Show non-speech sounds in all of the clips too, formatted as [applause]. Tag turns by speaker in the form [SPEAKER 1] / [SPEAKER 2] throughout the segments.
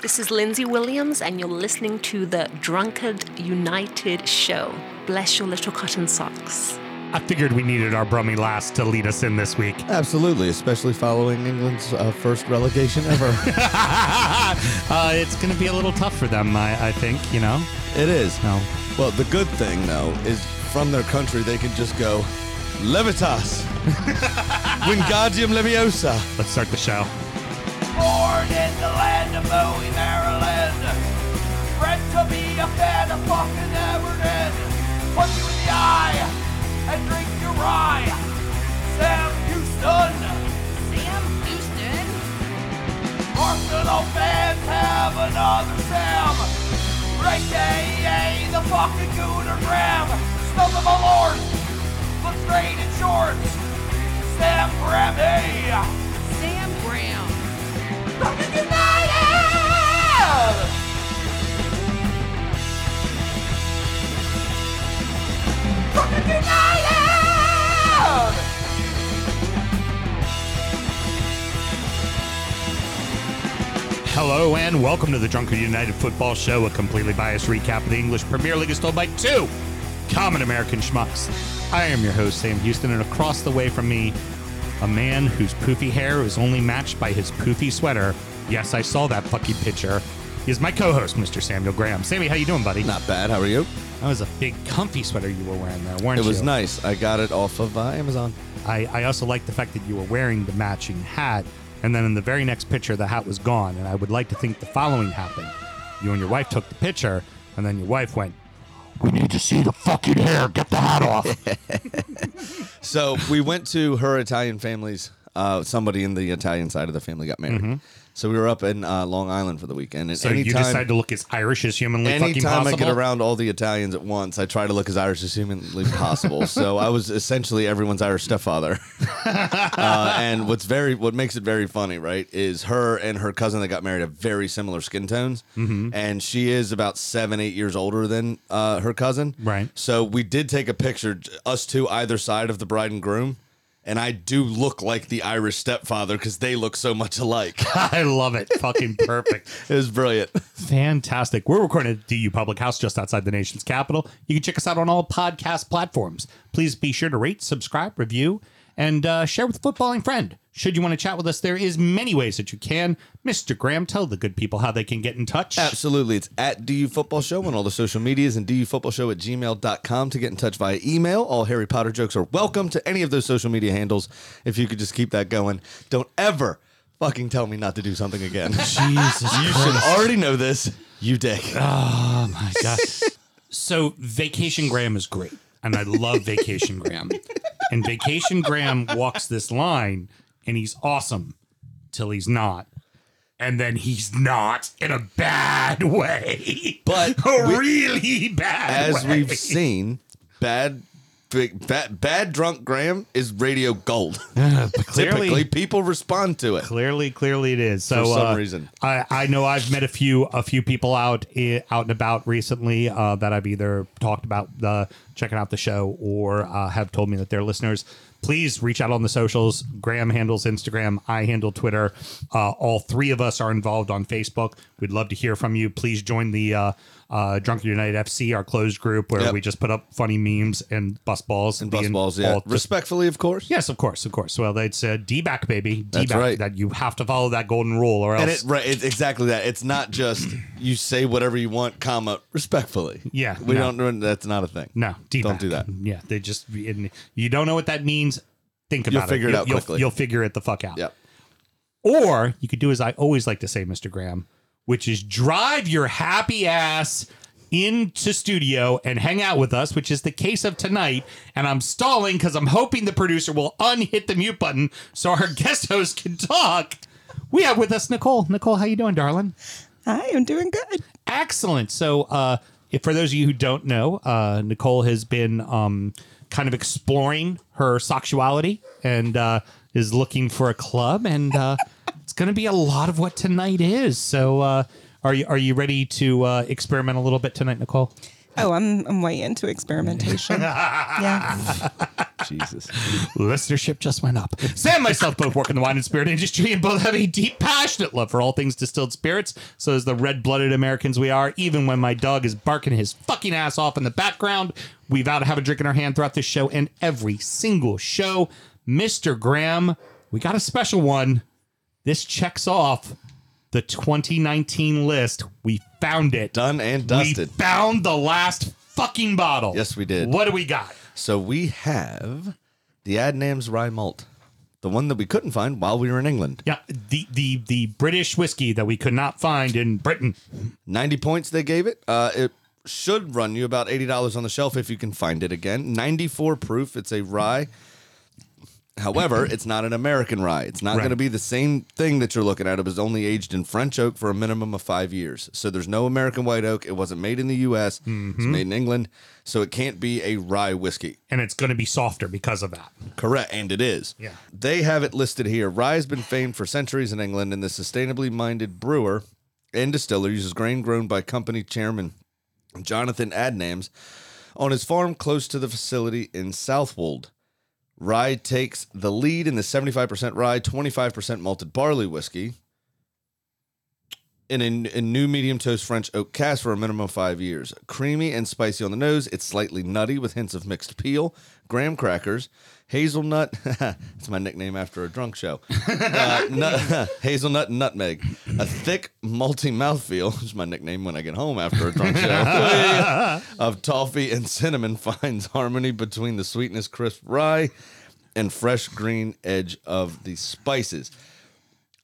[SPEAKER 1] This is Lindsay Williams, and you're listening to the Drunkard United show. Bless your little cotton socks.
[SPEAKER 2] I figured we needed our Brummy last to lead us in this week. [laughs]
[SPEAKER 3] Absolutely, especially following England's uh, first relegation
[SPEAKER 2] [laughs]
[SPEAKER 3] ever.
[SPEAKER 2] uh, it's going to be a little tough for them, I, I think, you know?
[SPEAKER 3] it is.
[SPEAKER 2] No.
[SPEAKER 3] Well, the good thing, though, is from their country, they can just go,
[SPEAKER 2] [laughs]
[SPEAKER 3] Levitas! Wingardium Leviosa!
[SPEAKER 2] Let's start the show.
[SPEAKER 4] born in the land of Bowie, Maryland. Bred to be a fan of fucking Everton. Punch you in the eye and drink your rye. Sam Houston.
[SPEAKER 5] Sam Houston.
[SPEAKER 4] Arsenal fans have another Sam. Great day, yay, the fucking Gooner Graham. Stump of a lord. Looks great in shorts. Sam Grammy.
[SPEAKER 5] Sam Graham.
[SPEAKER 4] Fucking United! Fucking United!
[SPEAKER 2] Hello and welcome to the Drunkard United Football Show, a completely biased recap of the English Premier League is told by two common American schmucks. I am your host, Sam Houston, and across the way from me, a man whose poofy hair is only matched by his poofy sweater. Yes, I saw that fucking picture. Is my co-host, Mr. Samuel Graham. Sammy, how you doing, buddy?
[SPEAKER 3] Not bad, how are you?
[SPEAKER 2] That was a big, comfy sweater you were wearing there, weren't
[SPEAKER 3] It was
[SPEAKER 2] you?
[SPEAKER 3] nice. I got it off of uh, Amazon.
[SPEAKER 2] I, I also like the fact that you were wearing the matching hat, and then in the very next picture, the hat was gone. And I would like to think the following happened: you and your wife took the picture, and then your wife went, "We need to see the fucking hair. Get the hat
[SPEAKER 3] [laughs]
[SPEAKER 2] off."
[SPEAKER 3] So we went to her Italian family's. Uh, somebody in the Italian side of the family got married. So we were up in uh, Long Island for the weekend. And
[SPEAKER 2] Mm-hmm. so you
[SPEAKER 3] anytime-
[SPEAKER 2] decided to look as Irish as humanly fucking
[SPEAKER 3] Anytime I
[SPEAKER 2] possible.
[SPEAKER 3] get around all the Italians at once, I try to look as Irish as humanly possible. so I was essentially everyone's Irish stepfather. [laughs] uh, and what's very what makes it very funny, right, is her and her cousin that got married have very similar skin tones,
[SPEAKER 2] Mm-hmm.
[SPEAKER 3] and she is about seven, eight years older than uh, her cousin.
[SPEAKER 2] Right.
[SPEAKER 3] So we did take a picture, us two either side of the bride and groom. And I do look like the Irish stepfather because they look so much alike.
[SPEAKER 2] [laughs]
[SPEAKER 3] [laughs]
[SPEAKER 2] I love it. Fucking perfect.
[SPEAKER 3] it was brilliant.
[SPEAKER 2] Fantastic. We're recording at DU Public House just outside the nation's capital. You can check us out on all podcast platforms. Please be sure to rate, subscribe, review, and uh, share with a footballing friend. Should you want to chat with us, there is many ways that you can. Mr. Graham, tell the good people how they can get in touch.
[SPEAKER 3] Absolutely. It's at DU Football Show on all the social medias and DU Football Show at gmail.com to get in touch via email. All Harry Potter jokes are welcome to any of those social media handles. If you could just keep that going, don't ever fucking tell me not to do something again.
[SPEAKER 2] Jesus,
[SPEAKER 3] you should already know this, you dick.
[SPEAKER 2] my God. [laughs] so, Vacation Graham is great, and I love Vacation Graham. And Vacation Graham walks this line, and he's awesome till he's not. And then he's not in a bad way. [laughs]
[SPEAKER 3] But
[SPEAKER 2] a
[SPEAKER 3] we-
[SPEAKER 2] really bad
[SPEAKER 3] As
[SPEAKER 2] way.
[SPEAKER 3] we've seen, bad, big, bad, bad drunk Graham is radio gold. Typically, people respond to it.
[SPEAKER 2] Clearly, clearly it is. So
[SPEAKER 3] For some
[SPEAKER 2] uh,
[SPEAKER 3] reason.
[SPEAKER 2] I, I know I've met a few a few people out i- out and about recently uh, that I've either talked about the checking out the show or uh, have told me that they're listeners. Please reach out on the socials. Graham handles Instagram. I handle Twitter. Uh, all three of us are involved on Facebook. We'd love to hear from you. Please join the uh, uh, Drunken United FC, our closed group where
[SPEAKER 3] Yep.
[SPEAKER 2] we just put up funny memes and bus balls
[SPEAKER 3] Bus balls, yeah. Respectfully, of course.
[SPEAKER 2] Yes, of course, of course. Well, they'd say D back, baby. D
[SPEAKER 3] That's
[SPEAKER 2] back.
[SPEAKER 3] right.
[SPEAKER 2] That you have to follow that golden rule, or
[SPEAKER 3] And
[SPEAKER 2] else.
[SPEAKER 3] it, right, it's exactly that. It's not just you say whatever you want, comma respectfully.
[SPEAKER 2] Yeah,
[SPEAKER 3] we
[SPEAKER 2] no.
[SPEAKER 3] don't. That's not a thing.
[SPEAKER 2] no, D
[SPEAKER 3] Don't
[SPEAKER 2] back.
[SPEAKER 3] do that.
[SPEAKER 2] Yeah, they just and you don't know what that means. Think about
[SPEAKER 3] You'll
[SPEAKER 2] it.
[SPEAKER 3] figure it
[SPEAKER 2] You'll-
[SPEAKER 3] out
[SPEAKER 2] you'll,
[SPEAKER 3] quickly.
[SPEAKER 2] You'll figure it the fuck out.
[SPEAKER 3] Yep.
[SPEAKER 2] Or you could do as I always like to say, Mr. Graham, which is drive your happy ass into studio and hang out with us, which is the case of tonight. And I'm stalling because I'm hoping the producer will unhit the mute button so our [laughs] guest host can talk. We have with us Nicole. Nicole, how you doing, darling?
[SPEAKER 6] I am doing good.
[SPEAKER 2] Excellent. So, uh, if, for those of you who don't know, uh, Nicole has been um, kind of exploring her sexuality and uh, is looking for a club, and uh, it's going to be a lot of what tonight is. So, uh, are you are you ready to uh, experiment a little bit tonight, Nicole?
[SPEAKER 6] Oh, I'm I'm way into experimentation. yeah.
[SPEAKER 3] Jesus.
[SPEAKER 2] Listenership just went up. Sam and myself both work in the wine and spirit industry and both have a deep, passionate love for all things distilled spirits. So, as the red blooded Americans we are, even when my dog is barking his fucking ass off in the background, we vow to have a drink in our hand throughout this show and every single show. Mr. Graham, we got a special one. This checks off the 2019 list. We found it.
[SPEAKER 3] Done and dusted.
[SPEAKER 2] We found the last fucking bottle.
[SPEAKER 3] Yes, we did.
[SPEAKER 2] What do we got?
[SPEAKER 3] So we have the Adnams Rye Malt, the one that we couldn't find while we were in England.
[SPEAKER 2] Yeah, the the the British whiskey that we could not find in Britain.
[SPEAKER 3] 90 points they gave it. Uh, it should run you about $80 on the shelf if you can find it again. 94 proof. It's a rye. However, it's not an American rye. It's not
[SPEAKER 2] Right.
[SPEAKER 3] going to be the same thing that you're looking at. It was only aged in French oak for a minimum of five years. So there's no American white oak. It wasn't made in the U.S., it's
[SPEAKER 2] Mm-hmm.
[SPEAKER 3] made in England. So it can't be a rye whiskey.
[SPEAKER 2] And it's going to be softer because of that.
[SPEAKER 3] Correct, and it is.
[SPEAKER 2] Yeah.
[SPEAKER 3] They have it listed here. Rye has been famed for centuries in England, and the sustainably minded brewer and distiller uses grain grown by company chairman Jonathan Adnams on his farm close to the facility in Southwold. Rye takes the lead in the 75% rye, 25% malted barley whiskey in a, a new medium toast French oak cask for a minimum of five years. Creamy and spicy on the nose. It's slightly nutty with hints of mixed peel, graham crackers, hazelnut. [laughs] That's my nickname after a drunk show. [laughs] Uh, nut, [laughs] hazelnut and nutmeg. A thick, malty mouthfeel. [laughs] Which is my nickname when I get home after a drunk show. [laughs] of toffee and cinnamon [laughs] finds harmony between the sweetness, crisp rye, and fresh green edge of the spices.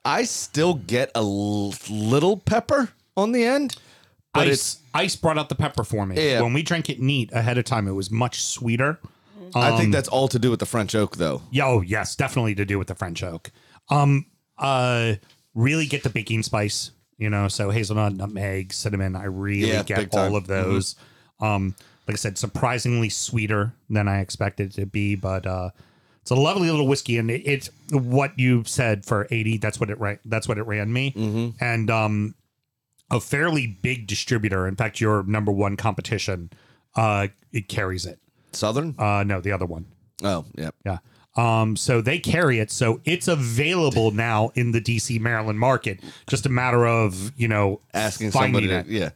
[SPEAKER 3] I still get a l- little pepper on the end, but
[SPEAKER 2] ice
[SPEAKER 3] it's.
[SPEAKER 2] ice brought out the pepper for me.
[SPEAKER 3] Yeah.
[SPEAKER 2] When we drank it neat ahead of time, it was much sweeter.
[SPEAKER 3] I
[SPEAKER 2] um,
[SPEAKER 3] think that's all to do with the French oak, though.
[SPEAKER 2] Yeah, oh yes, definitely to do with the French oak. Um, uh, really get the baking spice. You know, so hazelnut, nutmeg, cinnamon. I really
[SPEAKER 3] Yeah, big
[SPEAKER 2] get
[SPEAKER 3] time. Mm-hmm.
[SPEAKER 2] all of those. Um, like I said, surprisingly sweeter than I expected it to be, but uh, it's a lovely little whiskey, and it, it's what you said for eighty. That's what it ran. That's what it ran me,
[SPEAKER 3] Mm-hmm.
[SPEAKER 2] and um, a fairly big distributor. In fact, your number one competition, uh, it carries it.
[SPEAKER 3] Southern?
[SPEAKER 2] Uh, no, the other one.
[SPEAKER 3] oh, yeah.
[SPEAKER 2] Yeah. Um, so they carry it, so it's available now in the DC Maryland market. Just a matter of you know
[SPEAKER 3] Asking
[SPEAKER 2] finding
[SPEAKER 3] somebody. To,
[SPEAKER 2] it.
[SPEAKER 3] yeah.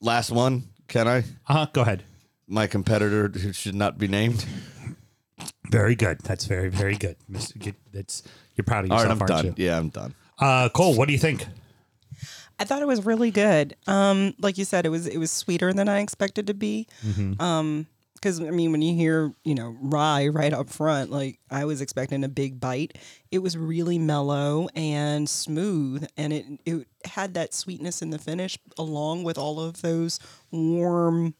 [SPEAKER 3] Last one. Can I?
[SPEAKER 2] Uh-huh, go ahead.
[SPEAKER 3] My competitor who should not be named.
[SPEAKER 2] Very good. That's very very good. Mr. Get- That's you're proud of
[SPEAKER 3] All right,
[SPEAKER 2] yourself,
[SPEAKER 3] I'm
[SPEAKER 2] aren't
[SPEAKER 3] done.
[SPEAKER 2] you?
[SPEAKER 3] Yeah, I'm done.
[SPEAKER 2] Uh, Cole, what do you think?
[SPEAKER 6] I thought it was really good. Um, like you said, it was it was sweeter than I expected to be. because I mean, when you hear you know rye right up front, like I was expecting a big bite. It was really mellow and smooth, and it it had that sweetness in the finish, along with all of those warm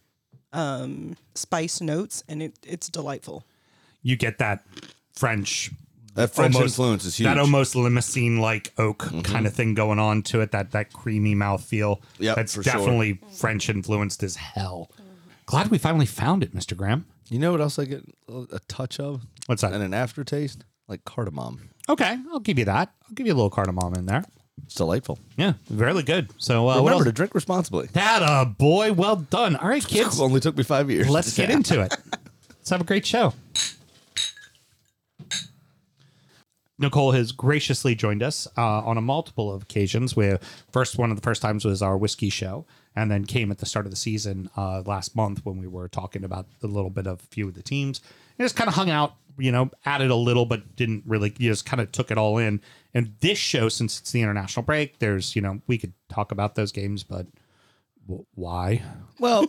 [SPEAKER 6] um, spice notes, and it it's delightful.
[SPEAKER 2] You get that French.
[SPEAKER 3] That French influence is huge. Mm-hmm.
[SPEAKER 2] That almost limousine like oak kind of thing going on to it. That that creamy mouthfeel.
[SPEAKER 3] Yep,
[SPEAKER 2] that's
[SPEAKER 3] for sure.
[SPEAKER 2] definitely French influenced as hell. Glad we finally found it, Mr. Graham.
[SPEAKER 3] You know what else I get a a touch of?
[SPEAKER 2] What's that?
[SPEAKER 3] And an aftertaste? Like cardamom.
[SPEAKER 2] Okay, I'll give you that. I'll give you a little cardamom in there.
[SPEAKER 3] It's delightful.
[SPEAKER 2] Yeah, really good. So uh, what
[SPEAKER 3] Remember
[SPEAKER 2] else?
[SPEAKER 3] to drink responsibly.
[SPEAKER 2] That a boy, well done. All right, [laughs] kids,
[SPEAKER 3] [laughs] Only took me five years.
[SPEAKER 2] let's get into it. Let's have a great show. Nicole has graciously joined us uh, on a multiple of occasions. Where first one of the first times was our whiskey show, and then came at the start of the season uh, last month when we were talking about a little bit of a few of the teams. And just kind of hung out, you know, added a little, but didn't really. You just kind of took it all in. And this show, since it's the international break, there's you know we could talk about those games, but w- why? [laughs]
[SPEAKER 3] Well,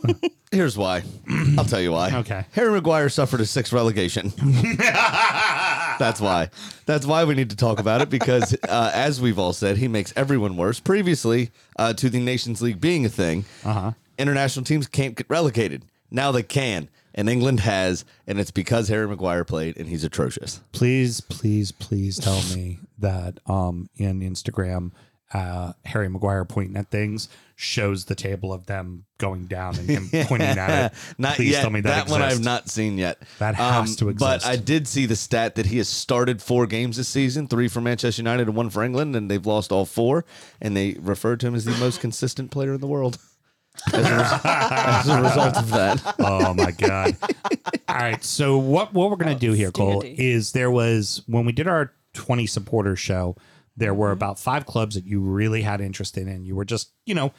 [SPEAKER 3] here's why. [clears throat] I'll tell you why.
[SPEAKER 2] Okay.
[SPEAKER 3] Harry Maguire suffered a
[SPEAKER 2] [laughs]
[SPEAKER 3] sixth relegation. That's why. That's why we need to talk about it because, uh, as we've all said, he makes everyone worse. Previously, uh, to the Nations League being a thing, uh-huh. international teams can't get relegated. Now they can, and England has, and it's because Harry Maguire played, and he's atrocious.
[SPEAKER 2] please, please, please tell me [laughs] that um in Instagram uh Harry Maguire pointing at things shows the table of them going down and
[SPEAKER 3] [laughs]
[SPEAKER 2] him pointing at it.
[SPEAKER 3] Not
[SPEAKER 2] please
[SPEAKER 3] yet.
[SPEAKER 2] tell me that,
[SPEAKER 3] one I've
[SPEAKER 2] exists.
[SPEAKER 3] not seen yet. Um,
[SPEAKER 2] That has to
[SPEAKER 3] But
[SPEAKER 2] exist.
[SPEAKER 3] I did see the stat that he has started four games this season, three for Manchester United and one for England, and they've lost all four. And they referred to him as the most consistent player in the world.
[SPEAKER 2] [laughs]
[SPEAKER 3] [laughs] as a, res- as a result of that.
[SPEAKER 2] oh my
[SPEAKER 6] [laughs]
[SPEAKER 2] god! All right, so what what we're gonna
[SPEAKER 6] Oh,
[SPEAKER 2] do here, Cole,
[SPEAKER 6] Outstanding.
[SPEAKER 2] is there was when we did our twenty supporters show, there
[SPEAKER 6] Mm-hmm.
[SPEAKER 2] were about five clubs that you really had interest in, and you were just you know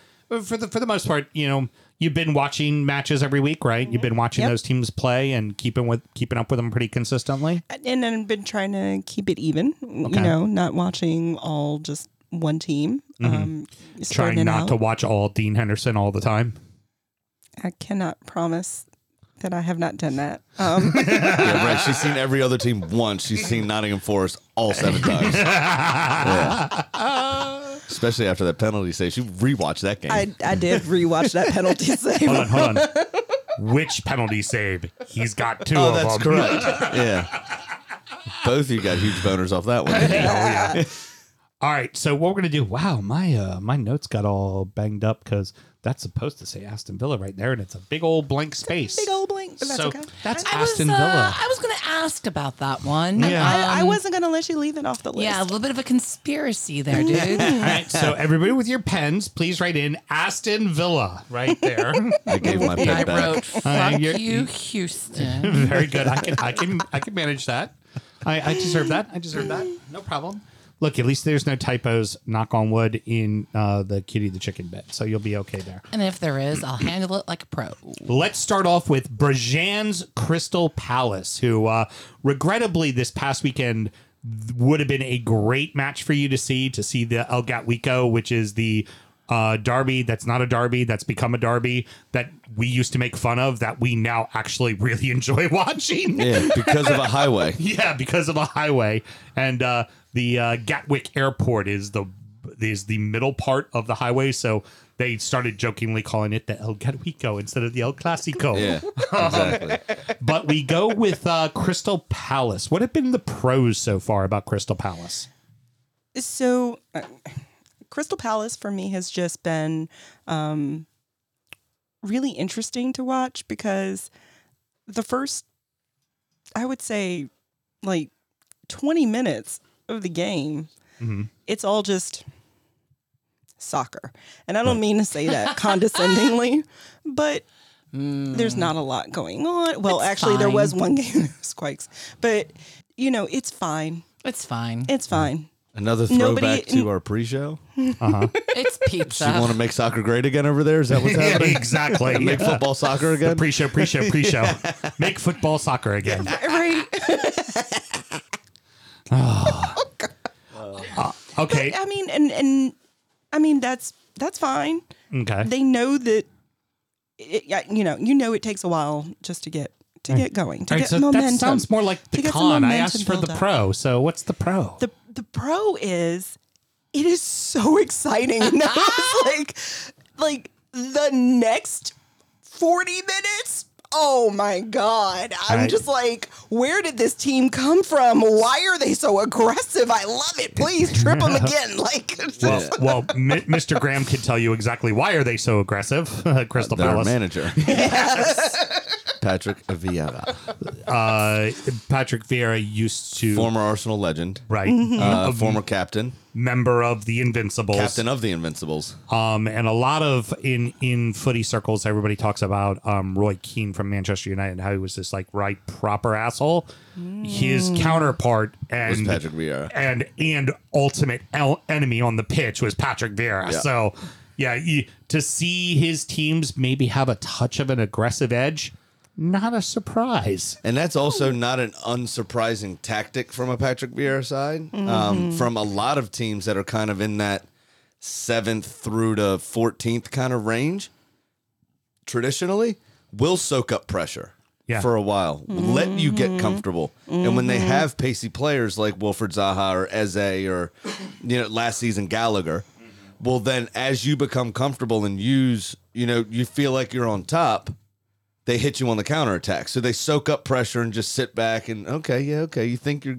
[SPEAKER 2] for the for the most part, you know, you've been watching matches every week, right? You've been watching
[SPEAKER 6] Mm-hmm. Yep.
[SPEAKER 2] those teams play and keeping with keeping up with them pretty consistently.
[SPEAKER 6] and then I've been trying to keep it even.
[SPEAKER 2] Okay.
[SPEAKER 6] You know, not watching all just one team. Um, spreading
[SPEAKER 2] Mm-hmm. Trying
[SPEAKER 6] it
[SPEAKER 2] not
[SPEAKER 6] out.
[SPEAKER 2] to watch all Dean Henderson all the time.
[SPEAKER 6] I cannot promise that I have not done that.
[SPEAKER 2] [laughs]
[SPEAKER 6] Um,
[SPEAKER 3] Yeah, right. She's seen every other team once. She's seen Nottingham Forest
[SPEAKER 2] [laughs]
[SPEAKER 3] all seven times. Yeah. Especially after that penalty save. She rewatched that game.
[SPEAKER 6] I, I did rewatch that penalty save. [laughs]
[SPEAKER 2] Hold on, hold on. Which penalty save? He's got two
[SPEAKER 3] oh,
[SPEAKER 2] of
[SPEAKER 3] that's
[SPEAKER 2] them.
[SPEAKER 3] correct. yeah. Both of you got huge boners off that one. didn't you?
[SPEAKER 2] All right, so what we're gonna do? Wow, my uh, my notes got all banged up because that's supposed to say Aston Villa right there, and it's a big old blank space.
[SPEAKER 6] Big old blink. But oh, that's
[SPEAKER 2] so
[SPEAKER 6] okay.
[SPEAKER 2] that's
[SPEAKER 7] I was,
[SPEAKER 2] Aston
[SPEAKER 7] uh,
[SPEAKER 2] Villa.
[SPEAKER 7] I was going to ask about that one.
[SPEAKER 2] Yeah.
[SPEAKER 6] I, I
[SPEAKER 7] Um,
[SPEAKER 6] wasn't going to let you leave it off the list.
[SPEAKER 7] Yeah, a little bit of a conspiracy there,
[SPEAKER 2] [laughs]
[SPEAKER 7] dude.
[SPEAKER 2] all right, so everybody with your pens, please write in Aston Villa right there.
[SPEAKER 3] I gave my
[SPEAKER 7] I
[SPEAKER 3] pen back.
[SPEAKER 7] wrote,
[SPEAKER 2] [laughs]
[SPEAKER 7] "Fuck
[SPEAKER 2] Uh, you're-
[SPEAKER 7] you,
[SPEAKER 2] [laughs] [laughs]
[SPEAKER 7] Houston."
[SPEAKER 2] Very good. I can I can I can manage that. I, I deserve that. I deserve that. No problem. Look, at least there's no typos. Knock on wood in uh, the kitty the chicken bit, so you'll be okay there.
[SPEAKER 7] and if there is, I'll handle it like a pro.
[SPEAKER 2] Let's start off with Brajan's Crystal Palace, who uh, regrettably this past weekend th- would have been a great match for you to see to see the El Gatwico, which is the uh, derby that's not a derby that's become a derby that we used to make fun of that we now actually [laughs] really enjoy watching.
[SPEAKER 3] Yeah, because of a highway.
[SPEAKER 2] [laughs] Yeah, because of a highway and uh, the uh, Gatwick Airport is the is the middle part of the highway, so they started jokingly calling it the El Gatwico instead of the El Clasico.
[SPEAKER 3] Yeah, exactly.
[SPEAKER 2] But we go with uh, Crystal Palace. What have been the pros so far about Crystal Palace?
[SPEAKER 6] So, uh, Crystal Palace for me has just been um, really interesting to watch because the first, I would say, like 20 minutes of the game,
[SPEAKER 7] Mm-hmm.
[SPEAKER 6] it's all just soccer. And I don't mean to say that
[SPEAKER 7] [laughs]
[SPEAKER 6] condescendingly, but there's not a lot going on. Well,
[SPEAKER 7] Mm. It's
[SPEAKER 6] actually, there was
[SPEAKER 7] fine.
[SPEAKER 6] one [laughs] game, it was Quakes, but you know, it's fine.
[SPEAKER 7] It's fine.
[SPEAKER 6] It's fine.
[SPEAKER 3] Another throwback
[SPEAKER 6] Nobody-
[SPEAKER 3] to our pre-show.
[SPEAKER 7] It's
[SPEAKER 3] Do
[SPEAKER 2] Uh-huh.
[SPEAKER 3] you want
[SPEAKER 7] pizza.
[SPEAKER 3] to make soccer great again over there? Is
[SPEAKER 2] [laughs]
[SPEAKER 3] that what's happening?
[SPEAKER 2] exactly. [laughs]
[SPEAKER 3] And make football soccer
[SPEAKER 2] The
[SPEAKER 3] again?
[SPEAKER 2] pre-show, pre-show, pre-show.
[SPEAKER 6] [laughs]
[SPEAKER 2] [laughs] Make football soccer again.
[SPEAKER 6] Right.
[SPEAKER 2] Okay.
[SPEAKER 6] I mean, and and I mean that's that's fine.
[SPEAKER 2] Okay.
[SPEAKER 6] They know that, it, yeah, you know, you know, it takes a while just to get to get going to
[SPEAKER 2] All right,
[SPEAKER 6] get
[SPEAKER 2] so
[SPEAKER 6] momentum.
[SPEAKER 2] that sounds more like the
[SPEAKER 6] To get some
[SPEAKER 2] con. I
[SPEAKER 6] momentum
[SPEAKER 2] asked for the
[SPEAKER 6] build up.
[SPEAKER 2] pro. So what's the pro?
[SPEAKER 3] [laughs]
[SPEAKER 6] the the pro is it is so [laughs] exciting. And I was like
[SPEAKER 2] [laughs]
[SPEAKER 6] like the next 40 minutes. Oh my god. I'm
[SPEAKER 2] Right.
[SPEAKER 6] just like where did this team come from? Why are they so aggressive? I love it. Please
[SPEAKER 2] [laughs]
[SPEAKER 6] trip them again. Like
[SPEAKER 2] well, well M- Mr. Graham can tell you exactly why are they so aggressive, [laughs] Crystal
[SPEAKER 3] Their
[SPEAKER 2] Palace. [laughs]
[SPEAKER 3] manager. Patrick Vieira,
[SPEAKER 2] Uh, Patrick Vieira used to
[SPEAKER 3] former Arsenal legend,
[SPEAKER 2] right
[SPEAKER 6] Mm-hmm.
[SPEAKER 3] uh, former captain,
[SPEAKER 2] member of the Invincibles,
[SPEAKER 3] captain of the Invincibles.
[SPEAKER 2] um, and a lot of in in footy circles, everybody talks about um, Roy Keane from Manchester United and how he was this like right proper asshole. His counterpart and
[SPEAKER 3] Patrick Vieira.
[SPEAKER 2] and and ultimate el- enemy on the pitch was Patrick Vieira.
[SPEAKER 3] Yeah.
[SPEAKER 2] So yeah, you, to see his teams maybe have a touch of an aggressive edge, not a surprise.
[SPEAKER 3] And that's also not an unsurprising tactic from a Patrick Vieira side. Um, from a lot of teams that are kind of in that seventh through to fourteenth kind of range, traditionally will soak up pressure
[SPEAKER 2] Yeah.
[SPEAKER 3] for a while, let you get comfortable, and when they have pacey players like Wilfred Zaha or Eze or you know last season Gallagher, well then as you become comfortable and use you know you feel like you're on top they hit you on the counterattack. So they soak up pressure and just sit back and okay, yeah, okay. You think you're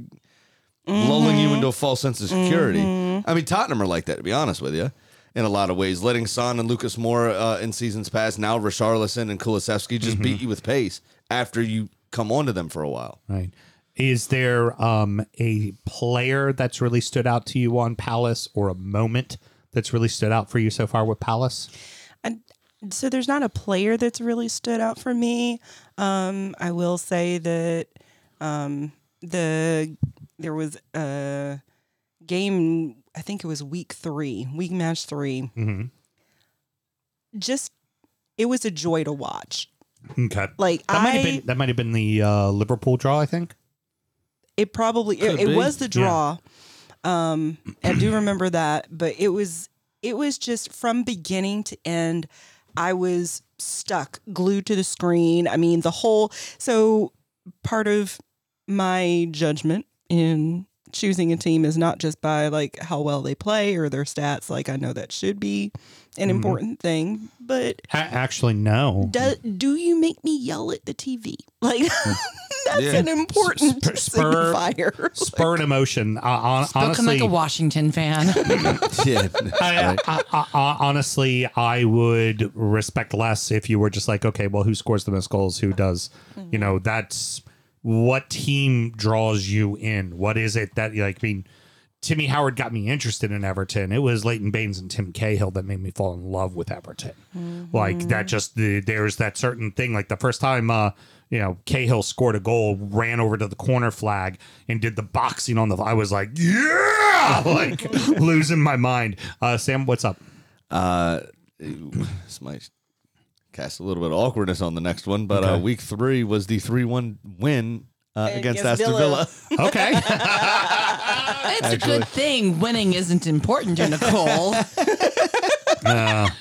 [SPEAKER 3] lulling
[SPEAKER 6] Mm-hmm.
[SPEAKER 3] you into a false sense of security. I mean, Tottenham are like that, to be honest with you, in a lot of ways. Letting Son and Lucas Moore uh, in seasons past, now Richarlison and Kulisevsky just beat you with pace after you come onto them for a while.
[SPEAKER 2] Right. Is there um, a player that's really stood out to you on Palace or a moment that's really stood out for you so far with Palace?
[SPEAKER 6] And so there's not a player that's really stood out for me. Um, I will say that um, the there was a game. I think it was week three, week match 3
[SPEAKER 2] Mm-hmm.
[SPEAKER 6] Just it was a joy to watch.
[SPEAKER 2] Okay.
[SPEAKER 6] Like
[SPEAKER 2] That might
[SPEAKER 6] I,
[SPEAKER 2] have been that might have been the uh, Liverpool draw, I think.
[SPEAKER 6] it probably
[SPEAKER 3] Could
[SPEAKER 6] it,
[SPEAKER 3] be.
[SPEAKER 6] it was the
[SPEAKER 2] Yeah.
[SPEAKER 6] draw. Um, I do remember that, but it was it was just from beginning to end. I was stuck, glued to the screen. I mean, the whole so part of my judgment in choosing a team is not just by like how well they play or their stats. Like I know that should be
[SPEAKER 3] Mm-hmm.
[SPEAKER 6] an important thing, but
[SPEAKER 2] A- actually, no.
[SPEAKER 6] do, do you make me yell at the TV? [laughs] Like that's
[SPEAKER 3] Yeah.
[SPEAKER 6] an important
[SPEAKER 2] Sp- spur-
[SPEAKER 6] signifier. [laughs]
[SPEAKER 2] Spur an emotion. Uh, on,
[SPEAKER 7] Spoken
[SPEAKER 2] honestly,
[SPEAKER 7] like a
[SPEAKER 2] [laughs]
[SPEAKER 7] Washington fan. [laughs]
[SPEAKER 3] yeah.
[SPEAKER 2] I, I, I, I, honestly, I would respect less if you were just like, okay, well, who scores the most goals? Who does?
[SPEAKER 7] Mm-hmm.
[SPEAKER 2] You know, that's what team draws you in. What is it that, like, I mean, Timmy Howard got me interested in Everton. It was Leighton Baines and Tim Cahill that made me fall in love with Everton. Like that,
[SPEAKER 7] Mm-hmm.
[SPEAKER 2] just the, there's that certain thing. Like the first time, uh, you know, Cahill scored a goal, ran over to the corner flag, and did the boxing on the. I was like, yeah, [laughs] like losing my mind. Uh, Sam, what's up?
[SPEAKER 3] [laughs] Uh, this might cast a little bit of awkwardness on the next one, but uh,
[SPEAKER 2] Okay.
[SPEAKER 3] week three was the 3 1 win uh, against
[SPEAKER 6] Against
[SPEAKER 3] Aston
[SPEAKER 6] Villa.
[SPEAKER 3] Villa.
[SPEAKER 2] Okay,
[SPEAKER 3] [laughs]
[SPEAKER 7] it's a good thing winning isn't important to
[SPEAKER 2] [laughs]
[SPEAKER 7] Nicole.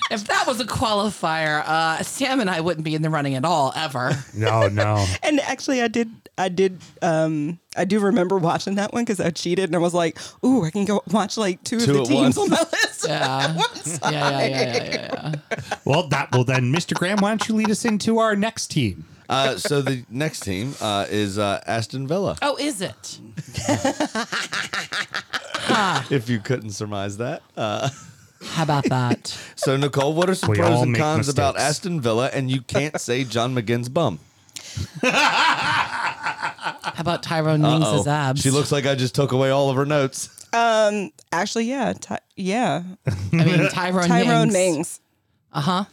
[SPEAKER 7] If that was a qualifier, uh, Sam and I wouldn't be in the running at all, ever.
[SPEAKER 2] no, no.
[SPEAKER 6] And actually, I did. I did. Um, I do remember watching that one because I cheated and I was like, "Ooh, I can go watch like two,
[SPEAKER 3] Two
[SPEAKER 6] of the
[SPEAKER 3] at once.
[SPEAKER 6] teams on my [laughs] list."
[SPEAKER 2] [laughs]
[SPEAKER 7] Yeah. yeah, yeah, yeah, yeah, yeah,
[SPEAKER 2] Well, that will then, Mr. Graham. Why don't you lead us into our next team?
[SPEAKER 3] Uh, so the next team uh, is uh, Aston Villa.
[SPEAKER 7] Oh, is it?
[SPEAKER 3] If you couldn't surmise that. Uh,
[SPEAKER 7] How about that?
[SPEAKER 3] so Nicole, what are some
[SPEAKER 2] We
[SPEAKER 3] pros
[SPEAKER 2] all
[SPEAKER 3] and
[SPEAKER 2] make
[SPEAKER 3] cons about
[SPEAKER 2] mistakes.
[SPEAKER 3] Aston Villa? And you can't say John McGinn's bum.
[SPEAKER 7] How about Tyrone Mings'
[SPEAKER 3] Uh-oh.
[SPEAKER 7] abs?
[SPEAKER 3] She looks like I just took away all of her notes.
[SPEAKER 6] Um, Actually, yeah, Ty-
[SPEAKER 3] [laughs]
[SPEAKER 6] yeah.
[SPEAKER 7] I mean, Tyrone,
[SPEAKER 6] Tyrone
[SPEAKER 7] Mings.
[SPEAKER 6] Mings.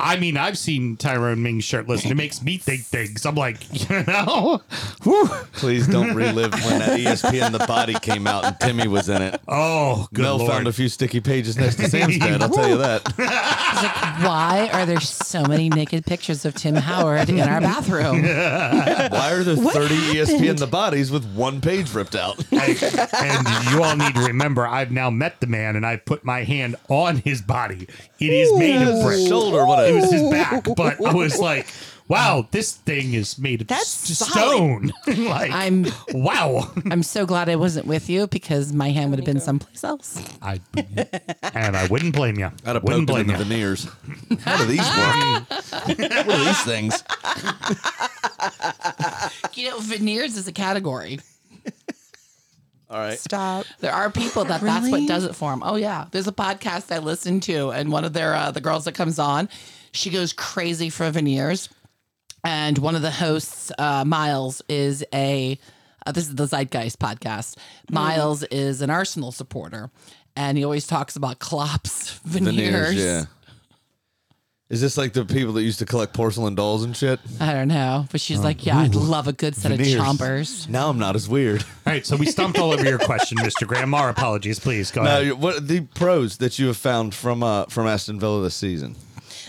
[SPEAKER 2] I mean, I've seen Tyrone Ming shirtless, and it makes me think things. I'm like, [laughs] you know, Whew.
[SPEAKER 3] Please don't relive when [laughs] that E ESPN The Body came out and Timmy was in it.
[SPEAKER 2] oh, good
[SPEAKER 3] Mel
[SPEAKER 2] lord.
[SPEAKER 3] found a few sticky pages next to Sam's bed, I'll tell you [laughs] that.
[SPEAKER 7] It's like, why are there so many naked pictures of Tim Howard in our bathroom?
[SPEAKER 3] Why are there E 30 ESPN The Bodies with one page ripped [laughs] out?
[SPEAKER 2] I- [laughs] and you all need to remember, I've now met the man, and I put my hand on his body. It is made
[SPEAKER 3] [laughs]
[SPEAKER 2] of brick.
[SPEAKER 3] His shoulder, whatever.
[SPEAKER 2] It was his back, but I was like, "Wow, this thing is made of
[SPEAKER 6] That's
[SPEAKER 2] s-
[SPEAKER 6] solid.
[SPEAKER 2] stone." [laughs] like,
[SPEAKER 7] I'm
[SPEAKER 2] wow. [laughs]
[SPEAKER 7] I'm so glad I wasn't with you because my hand would have been someplace else.
[SPEAKER 2] I and I wouldn't blame you.
[SPEAKER 3] I'd have
[SPEAKER 2] wouldn't
[SPEAKER 3] poked him in
[SPEAKER 2] blame you.
[SPEAKER 3] the veneers. How do these work? [laughs] what are these things?
[SPEAKER 7] You know, veneers is a category.
[SPEAKER 3] All right.
[SPEAKER 6] Stop.
[SPEAKER 7] There are people that that's what
[SPEAKER 6] Really?
[SPEAKER 7] does it for them. Oh yeah, there's a podcast I listen to, and one of their uh, the girls that comes on, she goes crazy for veneers, and one of the hosts, uh, Miles, is a uh, this is the Zeitgeist podcast. Miles is an Arsenal supporter, and he always talks about Klopp's [laughs] veneers.
[SPEAKER 3] Veneers, yeah. Is this like the people that used to collect porcelain dolls and shit?
[SPEAKER 7] I don't know, but she's like, yeah, I'd love a good set
[SPEAKER 3] Veneers.
[SPEAKER 7] of chompers.
[SPEAKER 3] Now I'm not as weird.
[SPEAKER 2] All right, so we stumped all over your question, Mr. Graham. Our apologies, please go
[SPEAKER 3] Now,
[SPEAKER 2] ahead.
[SPEAKER 3] you- what are the pros that you have found from uh, from Aston Villa this season?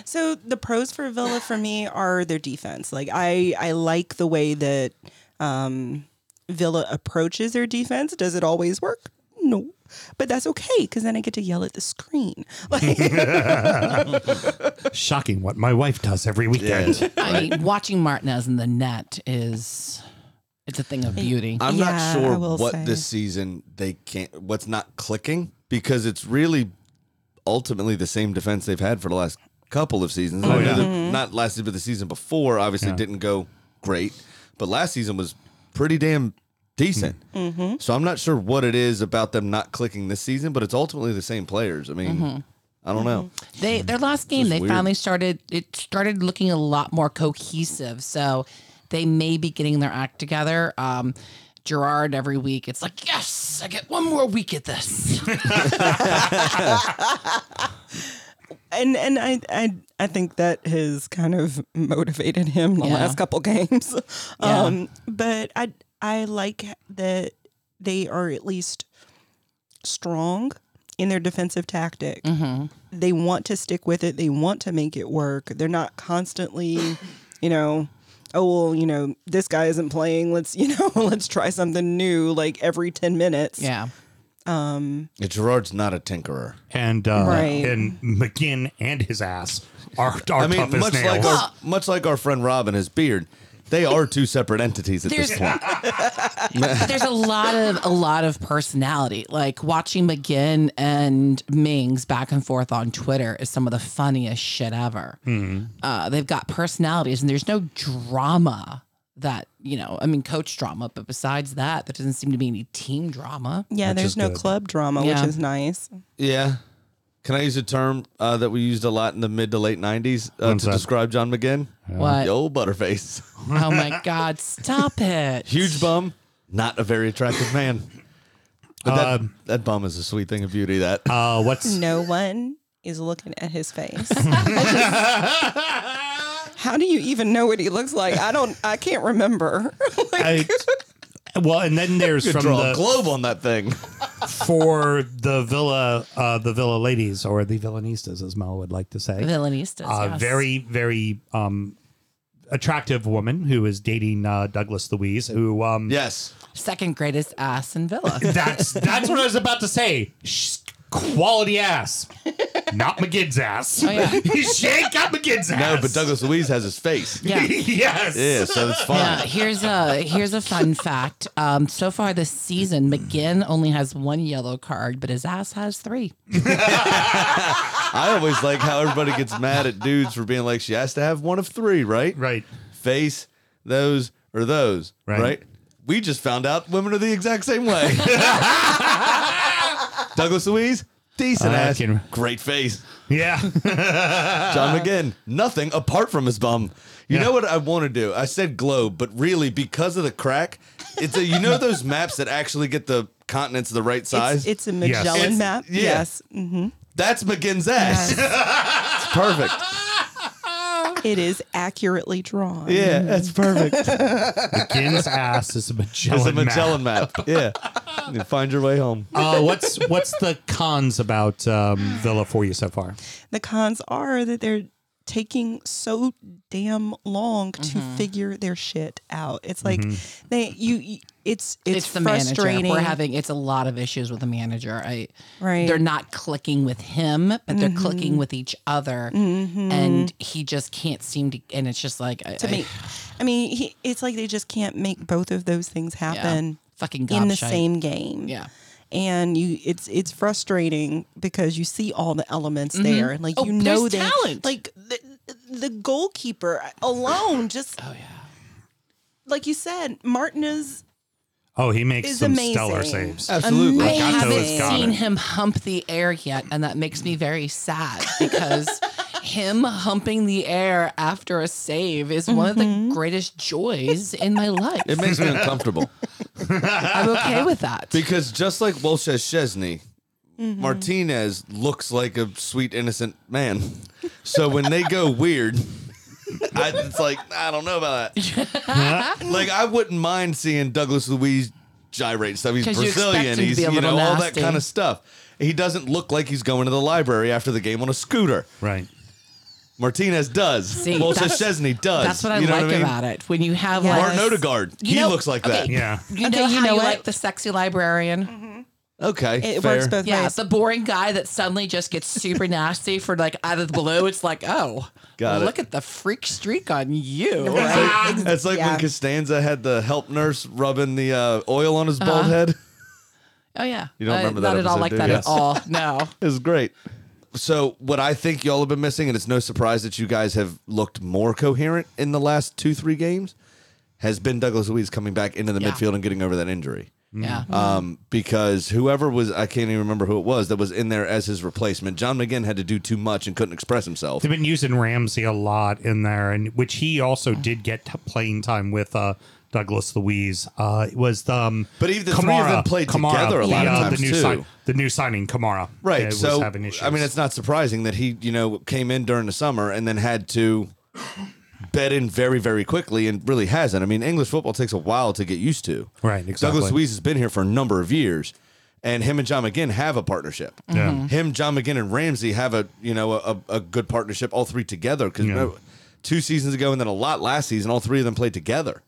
[SPEAKER 6] So the pros for Villa for me are their defense. Like I, I like the way that um, Villa approaches their defense. Does it always work? No, but that's okay because then I get to yell at the screen. [laughs] Like,
[SPEAKER 2] Shocking what my wife does every weekend.
[SPEAKER 7] I mean, watching Martinez in the net is it's a thing of beauty.
[SPEAKER 3] I'm
[SPEAKER 6] Yeah,
[SPEAKER 3] not
[SPEAKER 6] I
[SPEAKER 3] sure
[SPEAKER 6] will
[SPEAKER 3] what
[SPEAKER 6] say.
[SPEAKER 3] this season they can't, what's not clicking because it's really ultimately the same defense they've had for the last couple of seasons. And I know
[SPEAKER 2] Oh, yeah. Mm-hmm.
[SPEAKER 3] that Not last season, but the season before, obviously,
[SPEAKER 2] Yeah.
[SPEAKER 3] didn't go great. But last season was pretty damn decent.
[SPEAKER 6] Mm-hmm.
[SPEAKER 3] So I'm not sure what it is about them not clicking this season, but it's ultimately the same players. I mean,
[SPEAKER 6] Mm-hmm.
[SPEAKER 3] I don't know.
[SPEAKER 7] They their last game
[SPEAKER 3] is
[SPEAKER 7] they
[SPEAKER 3] weird.
[SPEAKER 7] finally started it started looking a lot more cohesive. So they may be getting their act together. Um Gerard every week it's like, Yes, I get one more week at this.
[SPEAKER 6] I, and and I I I think that has kind of motivated him the
[SPEAKER 7] Yeah.
[SPEAKER 6] last couple [laughs] games.
[SPEAKER 7] Yeah.
[SPEAKER 6] Um but I I like that they are at least strong in their defensive tactic.
[SPEAKER 7] Mm-hmm.
[SPEAKER 6] They want to stick with it. They want to make it work. They're not constantly, you know, oh well, you know, this guy isn't playing. Let's, [laughs] you know, let's try something new like every 10 minutes.
[SPEAKER 7] Yeah.
[SPEAKER 3] Gerard's not a tinkerer.
[SPEAKER 2] and uh,
[SPEAKER 6] Right.
[SPEAKER 2] and McGinn and his ass are are
[SPEAKER 3] I
[SPEAKER 2] tough
[SPEAKER 3] mean,
[SPEAKER 2] as
[SPEAKER 3] much
[SPEAKER 2] nails.
[SPEAKER 3] like our much like our friend Rob and his beard, they are two separate entities at this
[SPEAKER 7] There's-
[SPEAKER 3] point.
[SPEAKER 7] there's a lot of a lot of personality. Like watching McGinn and Mings back and forth on Twitter is some of the funniest shit ever. Uh, they've got personalities, and there's no drama that you know. I mean, coach drama, but besides that, there doesn't seem to be any team drama.
[SPEAKER 6] Yeah,
[SPEAKER 2] is
[SPEAKER 6] there's no
[SPEAKER 2] good.
[SPEAKER 6] club drama,
[SPEAKER 7] Yeah.
[SPEAKER 6] which is nice.
[SPEAKER 3] Yeah. Can I use a term uh, that we used a lot in the mid to late '90s uh,
[SPEAKER 2] What's
[SPEAKER 3] to
[SPEAKER 2] that?
[SPEAKER 3] describe John McGinn?
[SPEAKER 7] What?
[SPEAKER 3] Yo, butterface, [laughs]
[SPEAKER 7] Oh my god! Stop it.
[SPEAKER 3] huge bum, not a very attractive man. But that, that bum is a sweet thing of beauty. That
[SPEAKER 2] Um, uh, what's
[SPEAKER 6] No one is looking at his
[SPEAKER 3] [laughs]
[SPEAKER 6] face. How do you even know what he looks like? I don't. I can't remember.
[SPEAKER 2] I, well, and then there's
[SPEAKER 3] you could
[SPEAKER 2] from
[SPEAKER 3] draw a
[SPEAKER 2] the
[SPEAKER 3] globe on that thing. [laughs]
[SPEAKER 2] for the villa uh, the villa ladies or the villanistas, as Mel would like to say.
[SPEAKER 7] Villainistas.
[SPEAKER 2] a
[SPEAKER 7] yes.
[SPEAKER 2] very very um attractive woman who is dating uh, Douglas Louise who um
[SPEAKER 3] yes,
[SPEAKER 7] second greatest ass
[SPEAKER 6] [laughs]
[SPEAKER 7] in Villa.
[SPEAKER 2] [laughs] that's that's what I was about to say She's quality ass not McGinn's ass
[SPEAKER 7] Oh, yeah.
[SPEAKER 2] [laughs] she ain't got McGinn's ass
[SPEAKER 3] no, but Douglas Louise has his face.
[SPEAKER 2] [laughs]
[SPEAKER 7] Yeah.
[SPEAKER 2] yes
[SPEAKER 3] Yeah, so it's fine.
[SPEAKER 7] Yeah, here's a here's a fun fact. Um, so far this season, McGinn only has one yellow card, but his ass has three.
[SPEAKER 3] I always like how everybody gets mad at dudes for being like, she has to have one of three, right?
[SPEAKER 2] [laughs] right
[SPEAKER 3] Face, those, or those,
[SPEAKER 2] Right.
[SPEAKER 3] right? We just found out women are the exact
[SPEAKER 2] [laughs]
[SPEAKER 3] same way. [laughs] Douglas Louise, decent
[SPEAKER 2] I
[SPEAKER 3] ass,
[SPEAKER 2] can-
[SPEAKER 3] great face.
[SPEAKER 2] yeah [laughs]
[SPEAKER 3] John McGinn, nothing apart from his bum. You
[SPEAKER 2] Yeah.
[SPEAKER 3] know what I want to do? I said globe, but really because of the crack, it's a, you know those [laughs] maps that actually get the continents the right size.
[SPEAKER 6] It's, it's a Magellan
[SPEAKER 3] It's-
[SPEAKER 6] map.
[SPEAKER 3] yeah.
[SPEAKER 6] Yes, Mm,
[SPEAKER 3] [laughs] That's McGinn's ass. it's
[SPEAKER 6] [laughs]
[SPEAKER 3] perfect.
[SPEAKER 6] it is accurately drawn.
[SPEAKER 3] Yeah, that's perfect.
[SPEAKER 2] McGinn's ass is a Magellan,
[SPEAKER 3] It's a
[SPEAKER 2] map.
[SPEAKER 3] Magellan map. Yeah. You find your way home.
[SPEAKER 2] Uh, what's what's the cons about um, Villa for you so far?
[SPEAKER 6] The cons are that they're taking so damn long to
[SPEAKER 3] Mm-hmm.
[SPEAKER 6] figure their shit out. It's like they you. you- It's it's,
[SPEAKER 7] It's, the manager.
[SPEAKER 6] frustrating.
[SPEAKER 7] We're having it's a lot of issues with the manager. I
[SPEAKER 6] Right. Mm-hmm.
[SPEAKER 7] they're not clicking with him, but they're clicking with each other, and he just can't seem to. And it's just like
[SPEAKER 6] to me. I mean, he, it's like they just can't make both of those things happen
[SPEAKER 7] fucking
[SPEAKER 6] in the
[SPEAKER 7] gobshite.
[SPEAKER 6] same game.
[SPEAKER 7] Yeah.
[SPEAKER 6] and you it's it's frustrating because you see all the elements there like
[SPEAKER 7] Oh,
[SPEAKER 6] you know
[SPEAKER 7] there's
[SPEAKER 6] that
[SPEAKER 7] talent.
[SPEAKER 6] like the, the goalkeeper alone just oh yeah like you said martinez
[SPEAKER 2] Oh, he makes
[SPEAKER 6] Is
[SPEAKER 2] some
[SPEAKER 6] amazing.
[SPEAKER 2] stellar saves.
[SPEAKER 3] Absolutely.
[SPEAKER 7] I
[SPEAKER 2] Gato has
[SPEAKER 7] haven't
[SPEAKER 2] got
[SPEAKER 7] seen
[SPEAKER 2] it.
[SPEAKER 7] him hump the air yet, and that makes me very sad
[SPEAKER 3] [laughs]
[SPEAKER 7] because him humping the air after a save is one of the greatest joys in my life.
[SPEAKER 3] Mm-hmm. It makes me uncomfortable
[SPEAKER 7] I'm okay with that.
[SPEAKER 3] because just like Wolshes Chesney, Martinez looks like a sweet, innocent man. So when they go weird, I, it's like, I don't know about
[SPEAKER 7] [laughs]
[SPEAKER 3] that.
[SPEAKER 7] Uh-huh.
[SPEAKER 3] like, I wouldn't mind seeing Douglas Louise gyrate stuff. He's
[SPEAKER 7] 'Cause you expect him
[SPEAKER 3] Brazilian.
[SPEAKER 7] to
[SPEAKER 3] He's,
[SPEAKER 7] be a
[SPEAKER 3] you know,
[SPEAKER 7] little
[SPEAKER 3] all that
[SPEAKER 7] nasty.
[SPEAKER 3] kind of stuff. He doesn't look like he's going to the library after the game on a scooter.
[SPEAKER 2] [laughs] Right.
[SPEAKER 3] Martinez does.
[SPEAKER 7] See,
[SPEAKER 3] Wolshes
[SPEAKER 7] that's-
[SPEAKER 3] Chesney does.
[SPEAKER 7] That's what I
[SPEAKER 3] You know
[SPEAKER 7] like
[SPEAKER 3] mean?
[SPEAKER 7] about it. When you have
[SPEAKER 6] Yeah.
[SPEAKER 7] like
[SPEAKER 3] Martin Odegaard.
[SPEAKER 7] You
[SPEAKER 3] he
[SPEAKER 7] know-
[SPEAKER 3] looks like
[SPEAKER 7] okay.
[SPEAKER 2] Yeah.
[SPEAKER 7] you
[SPEAKER 6] Okay,
[SPEAKER 7] know
[SPEAKER 6] you
[SPEAKER 7] how
[SPEAKER 6] know
[SPEAKER 7] you
[SPEAKER 6] what?
[SPEAKER 7] like the sexy librarian.
[SPEAKER 3] Mm-hmm. that. Okay.
[SPEAKER 6] it
[SPEAKER 3] fair.
[SPEAKER 6] works both
[SPEAKER 7] Yeah,
[SPEAKER 6] ways
[SPEAKER 7] the boring guy that suddenly just
[SPEAKER 3] [laughs]
[SPEAKER 7] gets super nasty for like out of the blue. It's like, oh,
[SPEAKER 3] Got it.
[SPEAKER 7] look at the freak streak on you.
[SPEAKER 3] [laughs] It's
[SPEAKER 7] Right?
[SPEAKER 3] like, it's like
[SPEAKER 6] Yeah.
[SPEAKER 3] when Costanza had the help nurse rubbing the uh, oil on his bald head. [laughs]
[SPEAKER 7] Oh yeah,
[SPEAKER 3] You don't
[SPEAKER 7] Uh,
[SPEAKER 3] remember
[SPEAKER 7] not
[SPEAKER 3] that
[SPEAKER 7] at all
[SPEAKER 3] episode,
[SPEAKER 7] like
[SPEAKER 3] do
[SPEAKER 7] that
[SPEAKER 3] you?
[SPEAKER 7] at all. No.
[SPEAKER 3] It was great. So, what I think y'all have been missing, and it's no surprise that you guys have looked more coherent in the last two, three games, has been Douglas Luiz coming back into the
[SPEAKER 7] Yeah. Mm-hmm.
[SPEAKER 3] midfield and getting over that injury.
[SPEAKER 7] Yeah.
[SPEAKER 3] Um, because whoever was, I can't even remember who it was, that was in there as his replacement, John McGinn had to do too much and couldn't express himself.
[SPEAKER 2] They've been using Ramsey a lot in there, and which he also did get t- playing time with uh, Douglas Louise. Uh, it was the, um,
[SPEAKER 3] But even the three of them played together a lot
[SPEAKER 2] the,
[SPEAKER 3] of
[SPEAKER 2] uh,
[SPEAKER 3] times,
[SPEAKER 2] the new
[SPEAKER 3] too.
[SPEAKER 2] sign- the new signing Kamara,
[SPEAKER 3] right.
[SPEAKER 2] uh, was
[SPEAKER 3] so
[SPEAKER 2] having issues.
[SPEAKER 3] I mean, it's not surprising that he, you know, came in during the summer and then had to bed in very, very quickly, and really hasn't. I mean, English football takes a while to get used to.
[SPEAKER 2] Right, exactly.
[SPEAKER 3] Douglas Luiz has been here for a number of years, and him and John McGinn have a partnership.
[SPEAKER 2] Yeah. Mhm.
[SPEAKER 3] Him, John McGinn, and Ramsey have a you know a, a good partnership. All three together because
[SPEAKER 2] Yeah.
[SPEAKER 3] two seasons ago and then a lot last season, all three of them played together.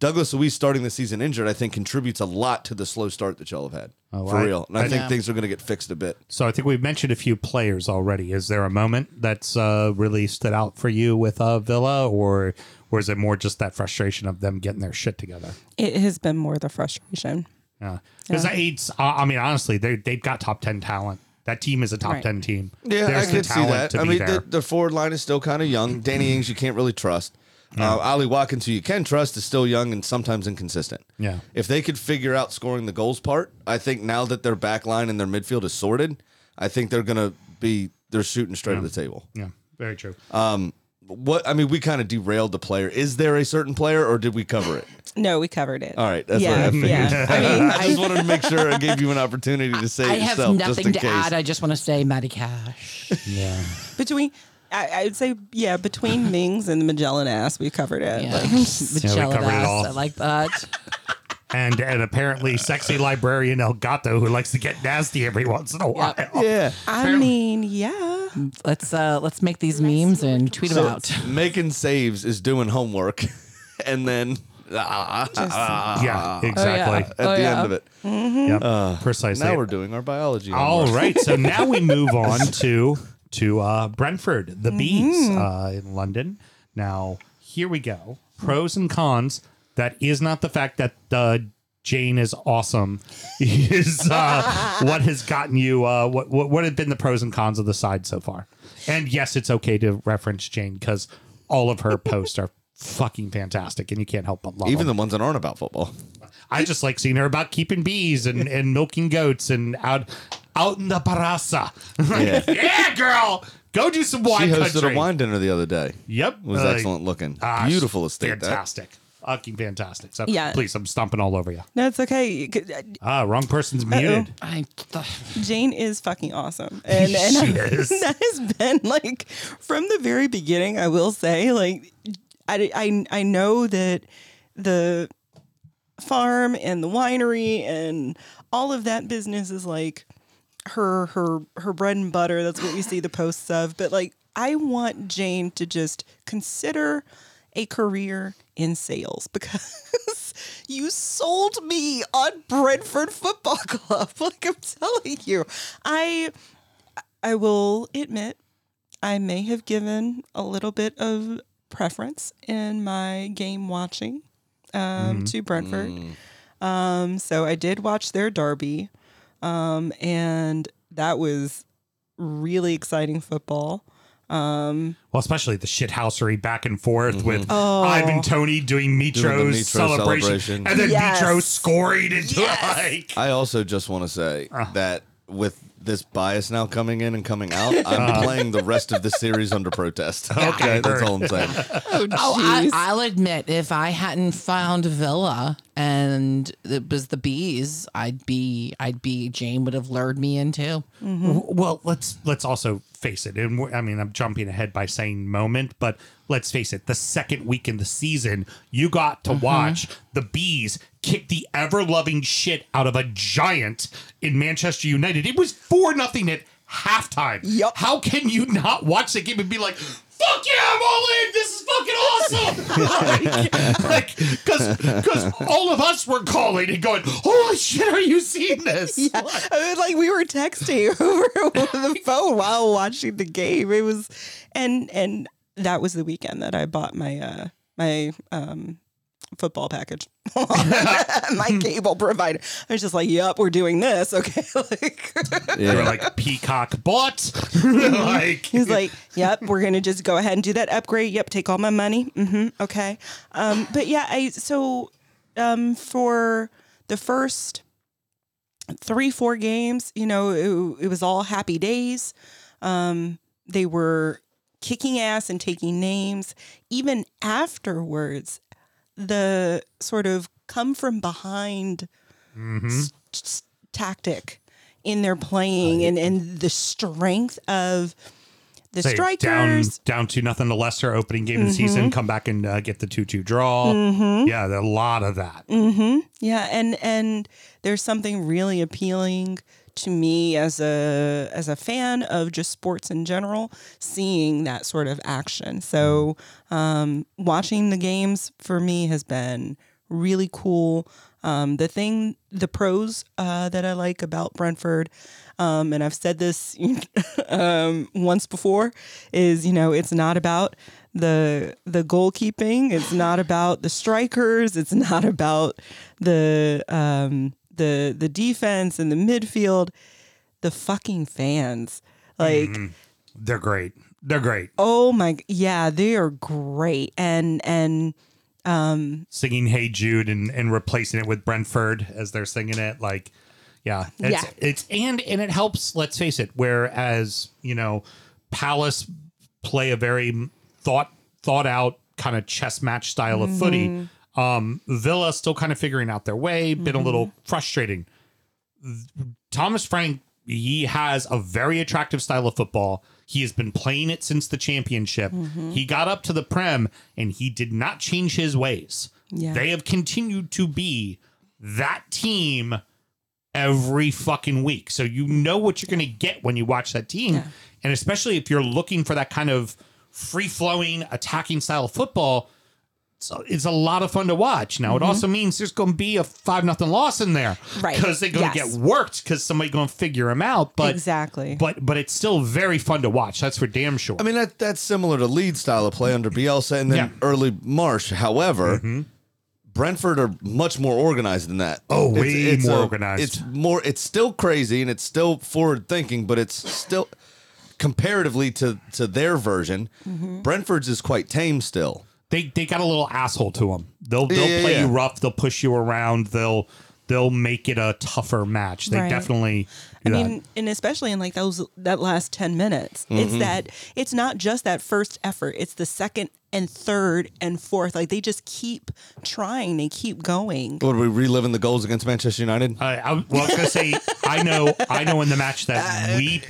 [SPEAKER 3] Douglas Luiz starting the season injured, I think, contributes a lot to the slow start that y'all have had.
[SPEAKER 2] Oh,
[SPEAKER 3] for
[SPEAKER 2] I-
[SPEAKER 3] real. And I,
[SPEAKER 2] I-
[SPEAKER 3] think
[SPEAKER 7] Yeah.
[SPEAKER 3] things are going to get fixed a bit.
[SPEAKER 2] so I think we've mentioned a few players already. Is there a moment that's uh, really stood out for you with uh, Villa, or or is it more just that frustration of them getting their shit together?
[SPEAKER 6] It has been more the frustration.
[SPEAKER 2] Yeah, because it's. Uh, I mean, honestly, they they've got top ten talent. That team is a top
[SPEAKER 6] Right.
[SPEAKER 2] ten team.
[SPEAKER 3] Yeah,
[SPEAKER 2] There's
[SPEAKER 3] I
[SPEAKER 2] the
[SPEAKER 3] could see
[SPEAKER 2] talent
[SPEAKER 3] that.
[SPEAKER 2] to
[SPEAKER 3] I
[SPEAKER 2] be
[SPEAKER 3] mean,
[SPEAKER 2] there. Mm-hmm.
[SPEAKER 3] the, the forward line is still kind of young. Danny Ings, you can't really trust. Uh, Ali Watkins, who you can trust, is still young and sometimes inconsistent.
[SPEAKER 2] Yeah.
[SPEAKER 3] If they could figure out scoring the goals part, I think now that their back line and their midfield is sorted, I think they're going to be they're shooting straight at the table.
[SPEAKER 2] yeah, very true.
[SPEAKER 3] What I mean, we kind of derailed the player. Is there a certain player, or did we cover it?
[SPEAKER 6] No, we covered it.
[SPEAKER 3] All right, that's
[SPEAKER 6] yeah,
[SPEAKER 3] what I figured. [laughs]
[SPEAKER 6] yeah. I mean,
[SPEAKER 3] I just wanted to make sure I gave you an opportunity to say
[SPEAKER 7] I
[SPEAKER 3] it
[SPEAKER 7] have
[SPEAKER 3] yourself, just
[SPEAKER 7] nothing
[SPEAKER 3] in
[SPEAKER 7] to
[SPEAKER 3] case.
[SPEAKER 7] add. I just want to say, Matty [laughs] Cash.
[SPEAKER 2] yeah.
[SPEAKER 6] between I, I would say yeah between Mings and the Magellan ass we covered it.
[SPEAKER 7] Yeah.
[SPEAKER 6] Like,
[SPEAKER 7] Magellan
[SPEAKER 2] covered it
[SPEAKER 7] ass.
[SPEAKER 2] all.
[SPEAKER 7] I like that.
[SPEAKER 2] and and apparently sexy librarian El Gato who likes to get nasty every once in a while.
[SPEAKER 3] Yeah. Oh,
[SPEAKER 6] I mean, yeah.
[SPEAKER 7] Let's uh, let's make these memes and tweet them out.
[SPEAKER 3] making saves is doing homework, [laughs] and then ah, ah,
[SPEAKER 2] Yeah, exactly.
[SPEAKER 3] at the end of it.
[SPEAKER 2] Yep, precisely.
[SPEAKER 3] Now we're doing our biology.
[SPEAKER 2] All
[SPEAKER 3] homework.
[SPEAKER 2] right, so now we move on to to uh, Brentford, the bees uh, in London. Now here we go. Pros and cons. That is not the fact that uh, Jane is awesome. [laughs] Is uh, what has gotten you? Uh, what, what what have been the pros and cons of the side so far? And yes, it's okay to reference Jane because all of her posts are fucking fantastic, and you can't help but love
[SPEAKER 3] Even
[SPEAKER 2] them.
[SPEAKER 3] the ones that aren't about football.
[SPEAKER 2] I just like seeing her about keeping bees
[SPEAKER 6] [laughs]
[SPEAKER 2] and, and milking goats and out out in the parasa. [laughs]
[SPEAKER 3] Yeah.
[SPEAKER 2] yeah, girl, go do some
[SPEAKER 3] She
[SPEAKER 2] wine
[SPEAKER 3] hosted
[SPEAKER 2] country.
[SPEAKER 3] a wine dinner the other day.
[SPEAKER 2] Yep,
[SPEAKER 3] was
[SPEAKER 2] Uh,
[SPEAKER 3] excellent looking.
[SPEAKER 2] ah,
[SPEAKER 3] Beautiful estate. That.
[SPEAKER 2] fantastic, fucking fantastic. So
[SPEAKER 6] Yeah.
[SPEAKER 2] please, I'm stomping all over you.
[SPEAKER 6] No, it's okay. uh, You could-
[SPEAKER 2] Ah, wrong person's muted.
[SPEAKER 7] I,
[SPEAKER 6] Jane is fucking awesome. And, and
[SPEAKER 2] [laughs] She
[SPEAKER 6] I-
[SPEAKER 2] is.
[SPEAKER 6] [laughs] that has been like from the very beginning, I will say, like, I, I, I know that the farm and the winery and all of that business is like her her her bread and butter that's what we see the posts of but like i want jane to just consider a career in sales because [laughs] you sold me on brentford football club [laughs] like i'm telling you i i will admit i may have given a little bit of preference in my game watching um, to brentford um, so I did watch their derby, um, and that was really exciting football.
[SPEAKER 2] Well, especially the shithousery back and forth
[SPEAKER 3] Mm-hmm.
[SPEAKER 2] with
[SPEAKER 6] Oh.
[SPEAKER 2] Ivan Tony doing Mitro's
[SPEAKER 3] Mitro
[SPEAKER 2] celebration,
[SPEAKER 3] celebration.
[SPEAKER 2] and then
[SPEAKER 6] Yes.
[SPEAKER 2] Mitro scoring into [laughs] like.
[SPEAKER 3] I also just want to say
[SPEAKER 2] Uh.
[SPEAKER 3] that with this bias now coming in and coming out, I'm
[SPEAKER 2] Uh.
[SPEAKER 3] playing the rest of the series under protest. Okay, [laughs] that's all I'm saying.
[SPEAKER 7] oh, I, I'll admit, if I hadn't found Villa and it was the bees, I'd be, I'd be. Jane would have lured me into.
[SPEAKER 2] W- Well, let's let's also face it, and we're, I mean, I'm jumping ahead by saying moment, but let's face it. The second week in the season, you got to watch the bees kick the ever-loving shit out of a giant in Manchester United. It was four nothing at halftime.
[SPEAKER 6] Yup.
[SPEAKER 2] How can you not watch the game and be like? Fuck yeah, I'm all in. This is fucking awesome. like, because all of us were calling and going, "Holy shit, are you seeing this?" Like-
[SPEAKER 6] I mean, like we were texting [laughs] over the phone while watching the game. It was, and and that was the weekend that I bought my uh my um football package, [laughs] my cable provider. I was just like, "Yep, we're doing this." [laughs] Okay, like
[SPEAKER 2] They were
[SPEAKER 3] Yeah.
[SPEAKER 2] like peacock butt.
[SPEAKER 6] [laughs]
[SPEAKER 2] [laughs] like
[SPEAKER 6] He's like, "Yep, we're gonna just go ahead and do that upgrade. Yep, take all my money. hmm okay." Um, but yeah, I so um, for the first three four games, you know, it, it was all happy days. Um, they were kicking ass and taking names. Even afterwards, the sort of come from behind
[SPEAKER 2] Mm-hmm.
[SPEAKER 6] s- s- tactic in their playing and, and the strength of the
[SPEAKER 2] Say, down,
[SPEAKER 6] strikers. Mm-hmm.
[SPEAKER 2] down to nothing to Leicester opening game of the season, come back and uh, get the 2 2 draw. Yeah, there, a lot of that.
[SPEAKER 6] Mm-hmm. Yeah, and and there's something really appealing to me as a as a fan of just sports in general, seeing that sort of action. So um, watching the games for me has been really cool. Um, the thing, the pros uh, that I like about Brentford, um, and I've said this [laughs] um, once before, is you know it's not about the the goalkeeping. It's not about the strikers. It's not about the um, the the defense and the midfield. The fucking fans, like
[SPEAKER 2] They're great. They're great.
[SPEAKER 6] oh my g- yeah, they are great. And and
[SPEAKER 2] Singing Hey Jude and, and replacing it with Brentford as they're singing it. Like, yeah. It's,
[SPEAKER 6] Yeah.
[SPEAKER 2] it's and and it helps, let's face it, whereas, you know, Palace play a very thought thought out kind of chess match style of footy.
[SPEAKER 6] Mm-hmm.
[SPEAKER 2] Um, Villa still kind of figuring out their way, been a little frustrating. Thomas Frank, he has a very attractive style of football. He has been playing it since the championship.
[SPEAKER 6] Mm-hmm.
[SPEAKER 2] He got up to the Prem and he did not change his ways.
[SPEAKER 6] Yeah.
[SPEAKER 2] They have continued to be that team every fucking week. So you know what you're going to get when you watch that team. And especially if you're looking for that kind of free flowing attacking style of football, so it's a lot of fun to watch. Now it also means there's going to be a five nothing loss in there,
[SPEAKER 6] Mm-hmm. Right.
[SPEAKER 2] Because they're going to
[SPEAKER 6] Yes.
[SPEAKER 2] get worked because somebody going to figure them out. But
[SPEAKER 6] exactly.
[SPEAKER 2] But but it's still very fun to watch. That's for damn sure.
[SPEAKER 3] I mean, that that's similar to Leeds style of play under Bielsa and then
[SPEAKER 2] Yeah. Mm-hmm.
[SPEAKER 3] early Marsh. However, Brentford are much more organized than that.
[SPEAKER 2] Oh, way more
[SPEAKER 3] a-
[SPEAKER 2] organized.
[SPEAKER 3] It's more. It's still crazy and it's still forward thinking, but it's still comparatively to to their version, Brentford's is quite tame still.
[SPEAKER 2] they they got a little asshole to them. They'll they'll
[SPEAKER 3] yeah,
[SPEAKER 2] play you
[SPEAKER 3] yeah.
[SPEAKER 2] rough. They'll push you around. They'll they'll make it a tougher match. They
[SPEAKER 6] Right.
[SPEAKER 2] definitely.
[SPEAKER 6] I
[SPEAKER 2] do that.
[SPEAKER 6] mean, and especially in like those that last ten minutes,
[SPEAKER 2] Mm-hmm.
[SPEAKER 6] it's that it's not just that first effort; it's the second and third and fourth. Like they just keep trying, they keep going.
[SPEAKER 3] What are we reliving the goals against Manchester United?
[SPEAKER 2] Uh, I, well, I was gonna say I know I know in the match that we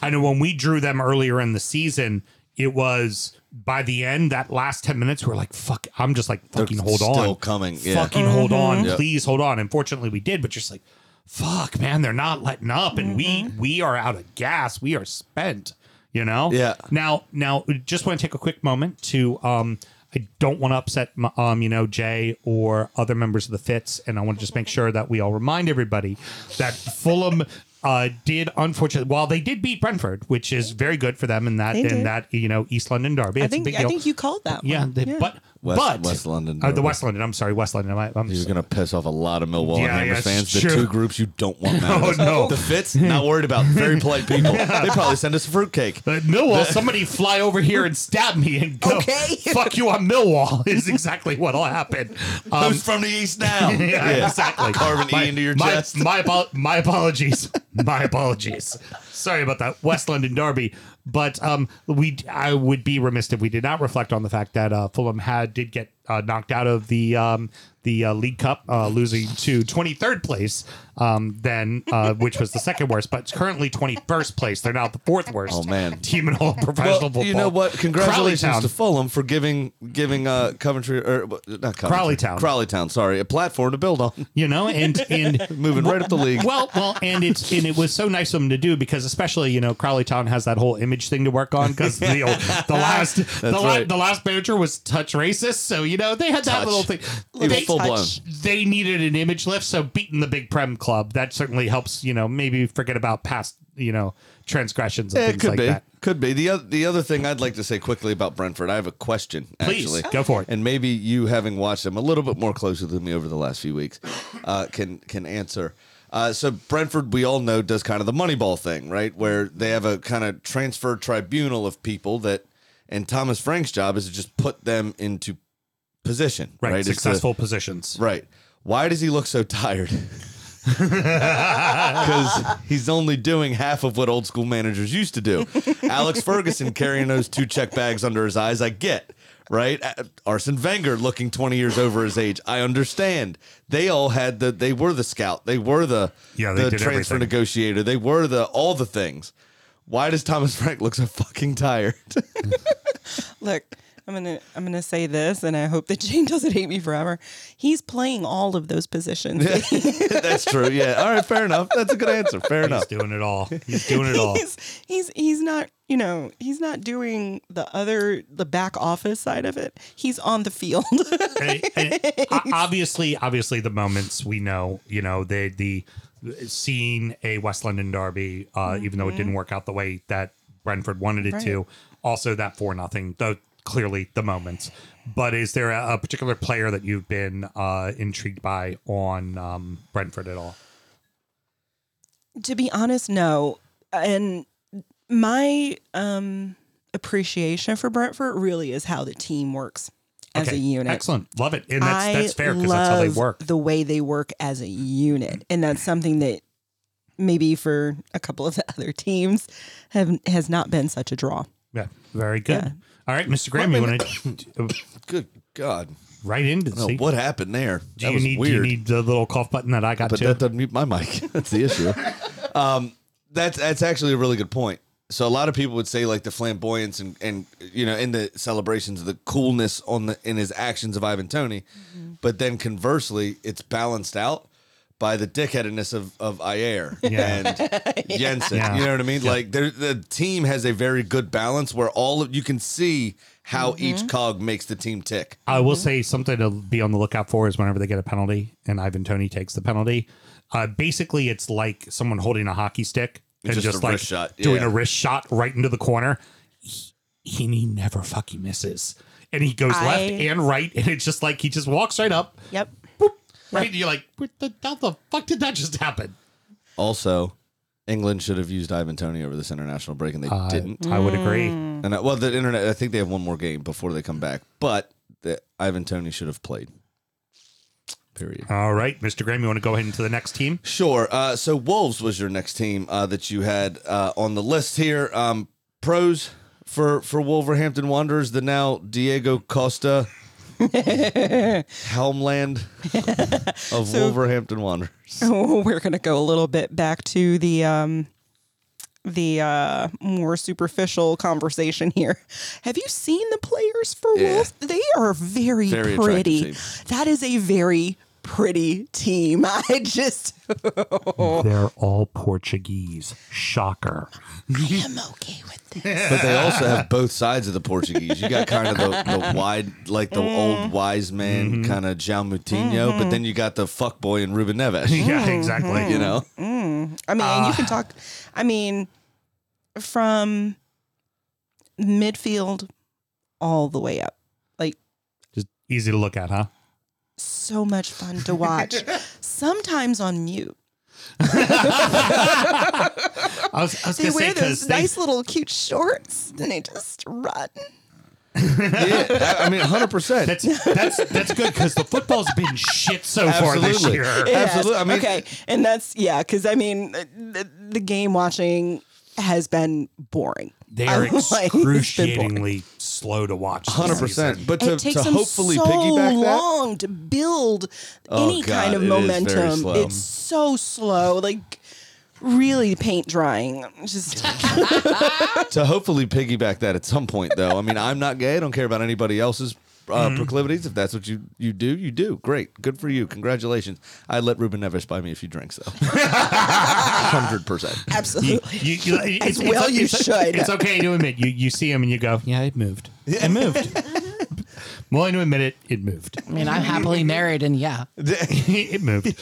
[SPEAKER 2] I know when we drew them earlier in the season, it was by the end that last ten minutes we're like fuck. I'm just like fucking hold
[SPEAKER 3] still
[SPEAKER 2] on,
[SPEAKER 3] coming, yeah.
[SPEAKER 2] fucking hold
[SPEAKER 6] Mm-hmm.
[SPEAKER 2] on,
[SPEAKER 3] Yep.
[SPEAKER 2] please hold on. And fortunately we did, but just like fuck, man, they're not letting up, and
[SPEAKER 6] Mm-hmm.
[SPEAKER 2] we we are out of gas, we are spent. You know,
[SPEAKER 3] Yeah.
[SPEAKER 2] Now, now, just want to take a quick moment to. um I don't want to upset, m- um, you know, Jay or other members of the Fits, and I want to just make sure that we all remind everybody that Fulham uh, did, unfortunately, while they did beat Brentford, which is very good for them in that
[SPEAKER 6] They
[SPEAKER 2] in
[SPEAKER 6] did.
[SPEAKER 2] that you know East London derby.
[SPEAKER 6] I
[SPEAKER 2] It's a
[SPEAKER 6] think
[SPEAKER 2] big
[SPEAKER 6] I
[SPEAKER 2] deal.
[SPEAKER 6] think you called that. one.
[SPEAKER 2] yeah, they, but
[SPEAKER 3] West-
[SPEAKER 2] but
[SPEAKER 3] West London
[SPEAKER 2] uh, the
[SPEAKER 3] derby.
[SPEAKER 2] West London. I'm sorry, West London. I, am
[SPEAKER 3] You're gonna piss off a lot of Millwall
[SPEAKER 2] Yeah, yeah,
[SPEAKER 3] and Hammers
[SPEAKER 2] it's
[SPEAKER 3] fans. The
[SPEAKER 2] true.
[SPEAKER 3] two groups you
[SPEAKER 2] [laughs]
[SPEAKER 3] don't want. Oh
[SPEAKER 2] no.
[SPEAKER 3] the Fits not worried about. Very polite people.
[SPEAKER 2] [laughs]
[SPEAKER 3] They probably send us a fruitcake.
[SPEAKER 2] Uh, Millwall, somebody fly over here and stab me and go, fuck you on Millwall [laughs] is exactly what'll happen. Um,
[SPEAKER 3] Who's from the East now?
[SPEAKER 2] [laughs] yeah, exactly.
[SPEAKER 3] Carving E into your
[SPEAKER 2] my,
[SPEAKER 3] chest.
[SPEAKER 2] My,
[SPEAKER 3] [laughs]
[SPEAKER 2] apo- my apologies. my apologies. Sorry about that. West London Derby. But um, we I would be remiss if we did not reflect on the fact that uh, Fulham had did get uh, knocked out of the um, the uh, League Cup, uh, losing to 23rd place, um, then uh, which was the second worst, but it's currently 21st place. They're now the fourth worst.
[SPEAKER 3] Oh, man.
[SPEAKER 2] team in all of professional
[SPEAKER 3] Well,
[SPEAKER 2] football.
[SPEAKER 3] you know what? Congratulations
[SPEAKER 2] Crowley Town.
[SPEAKER 3] to Fulham for giving giving uh, Coventry or what- not Coventry,
[SPEAKER 2] Crowley Town.
[SPEAKER 3] Crowley Town. Sorry, a platform to build on. [laughs]
[SPEAKER 2] you know, and and
[SPEAKER 3] Moving right up the league.
[SPEAKER 2] Well, well, and it's and it was so nice of them to do because especially you know Crowley Town has that whole image thing to work on because the,
[SPEAKER 3] [laughs]
[SPEAKER 2] the last the, la-
[SPEAKER 3] right.
[SPEAKER 2] the last manager was touch racist, so you know they had that
[SPEAKER 3] Touch.
[SPEAKER 2] little thing.
[SPEAKER 3] He was
[SPEAKER 2] They,
[SPEAKER 3] full blown.
[SPEAKER 2] they needed an image lift, so beating the big prem club that certainly helps. You know, maybe forget about past you know transgressions and
[SPEAKER 3] Eh, It
[SPEAKER 2] things
[SPEAKER 3] could
[SPEAKER 2] like
[SPEAKER 3] be.
[SPEAKER 2] that.
[SPEAKER 3] Could be. The other, the other thing I'd like to say quickly about Brentford, I have a question,
[SPEAKER 2] Please,
[SPEAKER 3] actually.
[SPEAKER 2] go for it.
[SPEAKER 3] And maybe you, having watched them a little bit more closely than me over the last few weeks, uh, can, can answer. Uh, so, Brentford, we all know, does kind of the Moneyball thing, right? Where they have a kind of transfer tribunal of people that, and Thomas Frank's job is to just put them into position, right?
[SPEAKER 2] Right,
[SPEAKER 3] It's the-
[SPEAKER 2] successful positions.
[SPEAKER 3] [laughs] Right. Why does he look so tired? [laughs] Because he's only doing half of what old school managers used to do. Alex Ferguson carrying those two check bags under his eyes, I get. right? Uh, Arsene Wenger looking 20 years over his age. I understand. They all had the they were the scout. They were the
[SPEAKER 2] Yeah, they
[SPEAKER 3] the
[SPEAKER 2] did
[SPEAKER 3] transfer
[SPEAKER 2] everything.
[SPEAKER 3] negotiator. They were the all the things. Why does Thomas Frank look so fucking tired? [laughs]
[SPEAKER 6] Look, I'm gonna I'm gonna say this, and I hope that [laughs] Jane doesn't hate me forever. He's playing all of those positions.
[SPEAKER 3] That's true. Yeah. All right, fair enough. That's a good answer. Fair
[SPEAKER 2] He's
[SPEAKER 3] enough.
[SPEAKER 2] doing it all. He's doing it
[SPEAKER 3] [laughs]
[SPEAKER 2] all.
[SPEAKER 6] he's, he's he's not you know he's not doing the other the back office side of it. He's on the field. [laughs]
[SPEAKER 2] And- and o- obviously, obviously, the moments we know, you know, the the seeing a West London derby, uh, even though it
[SPEAKER 6] Mm-hmm.
[SPEAKER 2] didn't work out the way that Brentford wanted it to. Also, that four nothing, though clearly the moments. But is there a, a particular player that you've been uh, intrigued by on um, Brentford at all?
[SPEAKER 6] to be honest, no. And my um appreciation for Brentford really is how the team works as a unit.
[SPEAKER 2] excellent, love it, and that's that's
[SPEAKER 6] I
[SPEAKER 2] fair because that's how they
[SPEAKER 6] love
[SPEAKER 2] work.
[SPEAKER 6] The way they work as a unit, and that's something that maybe for a couple of the [laughs] other teams have has not been such a draw.
[SPEAKER 2] yeah, very good. All right, Mr. Graham, you want to
[SPEAKER 3] Good God.
[SPEAKER 2] [coughs] right into the
[SPEAKER 3] No,
[SPEAKER 2] seat?
[SPEAKER 3] what happened there?
[SPEAKER 2] Do
[SPEAKER 3] that
[SPEAKER 2] you
[SPEAKER 3] was
[SPEAKER 2] need do you
[SPEAKER 3] weird.
[SPEAKER 2] need the little cough button that I got
[SPEAKER 3] but
[SPEAKER 2] too?
[SPEAKER 3] that doesn't mute my mic. [laughs] That's the issue. um, that's that's actually a really good point. So a lot of people would say like the flamboyance and and you know in the celebrations the coolness on the in his actions of Ivan Tony, but then conversely it's balanced out by the dickheadedness of of Ayer and Jensen.
[SPEAKER 2] Yeah.
[SPEAKER 3] You know what I mean? Like there- the team has a very good balance where all of you can see how each cog makes the team tick.
[SPEAKER 2] I will say something to be on the lookout for is whenever they get a penalty and Ivan Tony takes the penalty. Uh, basically, it's like someone holding a hockey stick and
[SPEAKER 3] It's
[SPEAKER 2] just,
[SPEAKER 3] just a
[SPEAKER 2] like
[SPEAKER 3] wrist shot,
[SPEAKER 2] doing
[SPEAKER 3] yeah.
[SPEAKER 2] a wrist shot right into the corner. He, he never fucking misses. And he goes
[SPEAKER 6] I-
[SPEAKER 2] left and right, and it's just like he just walks right up.
[SPEAKER 6] Yep.
[SPEAKER 2] Right, and you're like, what the, how the fuck did that just happen?
[SPEAKER 3] Also, England should have used Ivan Tony over this international break and they didn't.
[SPEAKER 2] Uh, I would agree.
[SPEAKER 3] And I, well, the internet. I think they have one more game before they come back. But the, Ivan Tony should have played. Period.
[SPEAKER 2] All right, Mr. Graham, you want to go ahead into the next team?
[SPEAKER 3] Sure. Uh, so Wolves was your next team uh, that you had uh, on the list here. Um, pros for for Wolverhampton Wanderers: the now Diego Costa Helmland of Wolverhampton Wanderers.
[SPEAKER 6] Oh, [laughs] we're gonna go a little bit back to the um the uh more superficial conversation here. Have you seen the players for
[SPEAKER 3] Yeah.
[SPEAKER 6] Wolves? They are very,
[SPEAKER 3] Very attractive
[SPEAKER 6] pretty.
[SPEAKER 3] team.
[SPEAKER 6] That is a very pretty team. [laughs] I just
[SPEAKER 2] They're all Portuguese. Shocker.
[SPEAKER 6] I am okay with this.
[SPEAKER 3] But they also
[SPEAKER 6] [laughs]
[SPEAKER 3] have both sides of the Portuguese. You got kind of the, the wide, like the
[SPEAKER 6] Mm.
[SPEAKER 3] old wise man
[SPEAKER 6] Mm-hmm.
[SPEAKER 3] kind of João Moutinho, but then you got the fuckboy in Ruben Neves.
[SPEAKER 2] [laughs] yeah, exactly.
[SPEAKER 3] You
[SPEAKER 6] [laughs]
[SPEAKER 3] know,
[SPEAKER 6] mm, I mean,
[SPEAKER 3] Ah.
[SPEAKER 6] you can talk I mean from midfield all the way up. Like
[SPEAKER 2] Just easy to look at, huh?
[SPEAKER 6] so much fun
[SPEAKER 3] [laughs]
[SPEAKER 6] to watch. Sometimes on mute.
[SPEAKER 2] I was, I was
[SPEAKER 6] They
[SPEAKER 2] going to say,
[SPEAKER 6] wear
[SPEAKER 2] because
[SPEAKER 6] those
[SPEAKER 2] they
[SPEAKER 6] nice [laughs] little cute shorts [laughs] and they just run.
[SPEAKER 3] yeah, I I mean, hundred percent.
[SPEAKER 2] That's that's that's good because the football's been shit so far this
[SPEAKER 3] Absolutely.
[SPEAKER 2] year.
[SPEAKER 3] Absolutely. I mean-
[SPEAKER 6] okay. And that's, yeah, because I mean, the, the game watching has been boring.
[SPEAKER 2] They are
[SPEAKER 6] I'm [laughs] like, it's been boring.
[SPEAKER 2] excruciatingly slow to watch. this
[SPEAKER 3] Hundred percent.
[SPEAKER 2] season.
[SPEAKER 3] But to,
[SPEAKER 6] It takes
[SPEAKER 3] to
[SPEAKER 6] them
[SPEAKER 3] hopefully
[SPEAKER 6] so
[SPEAKER 3] piggyback that,
[SPEAKER 6] long to build
[SPEAKER 3] Oh,
[SPEAKER 6] any
[SPEAKER 3] God,
[SPEAKER 6] kind of
[SPEAKER 3] it is very
[SPEAKER 6] momentum.
[SPEAKER 3] slow.
[SPEAKER 6] It's so slow. Like, really paint drying.
[SPEAKER 3] [laughs]
[SPEAKER 6] Just, [laughs]
[SPEAKER 3] to hopefully piggyback that at some point, though. I mean, I'm not gay. I don't care about anybody else's uh,
[SPEAKER 6] Mm-hmm.
[SPEAKER 3] proclivities. If that's what you you do, you do. Great, good for you. Congratulations. I let Ruben Neves buy me a few drinks,
[SPEAKER 6] [laughs]
[SPEAKER 3] though. Hundred percent.
[SPEAKER 2] You-
[SPEAKER 6] absolutely.
[SPEAKER 2] you-
[SPEAKER 6] [laughs]
[SPEAKER 2] you- it's,
[SPEAKER 6] well
[SPEAKER 2] it's,
[SPEAKER 6] you
[SPEAKER 2] it's,
[SPEAKER 6] should.
[SPEAKER 2] It's okay to admit you you see him and you go, yeah, it moved. It moved. I'm willing to admit it. It moved. [laughs]
[SPEAKER 7] I mean, I'm happily married, and yeah,
[SPEAKER 2] it
[SPEAKER 6] [laughs]
[SPEAKER 2] moved.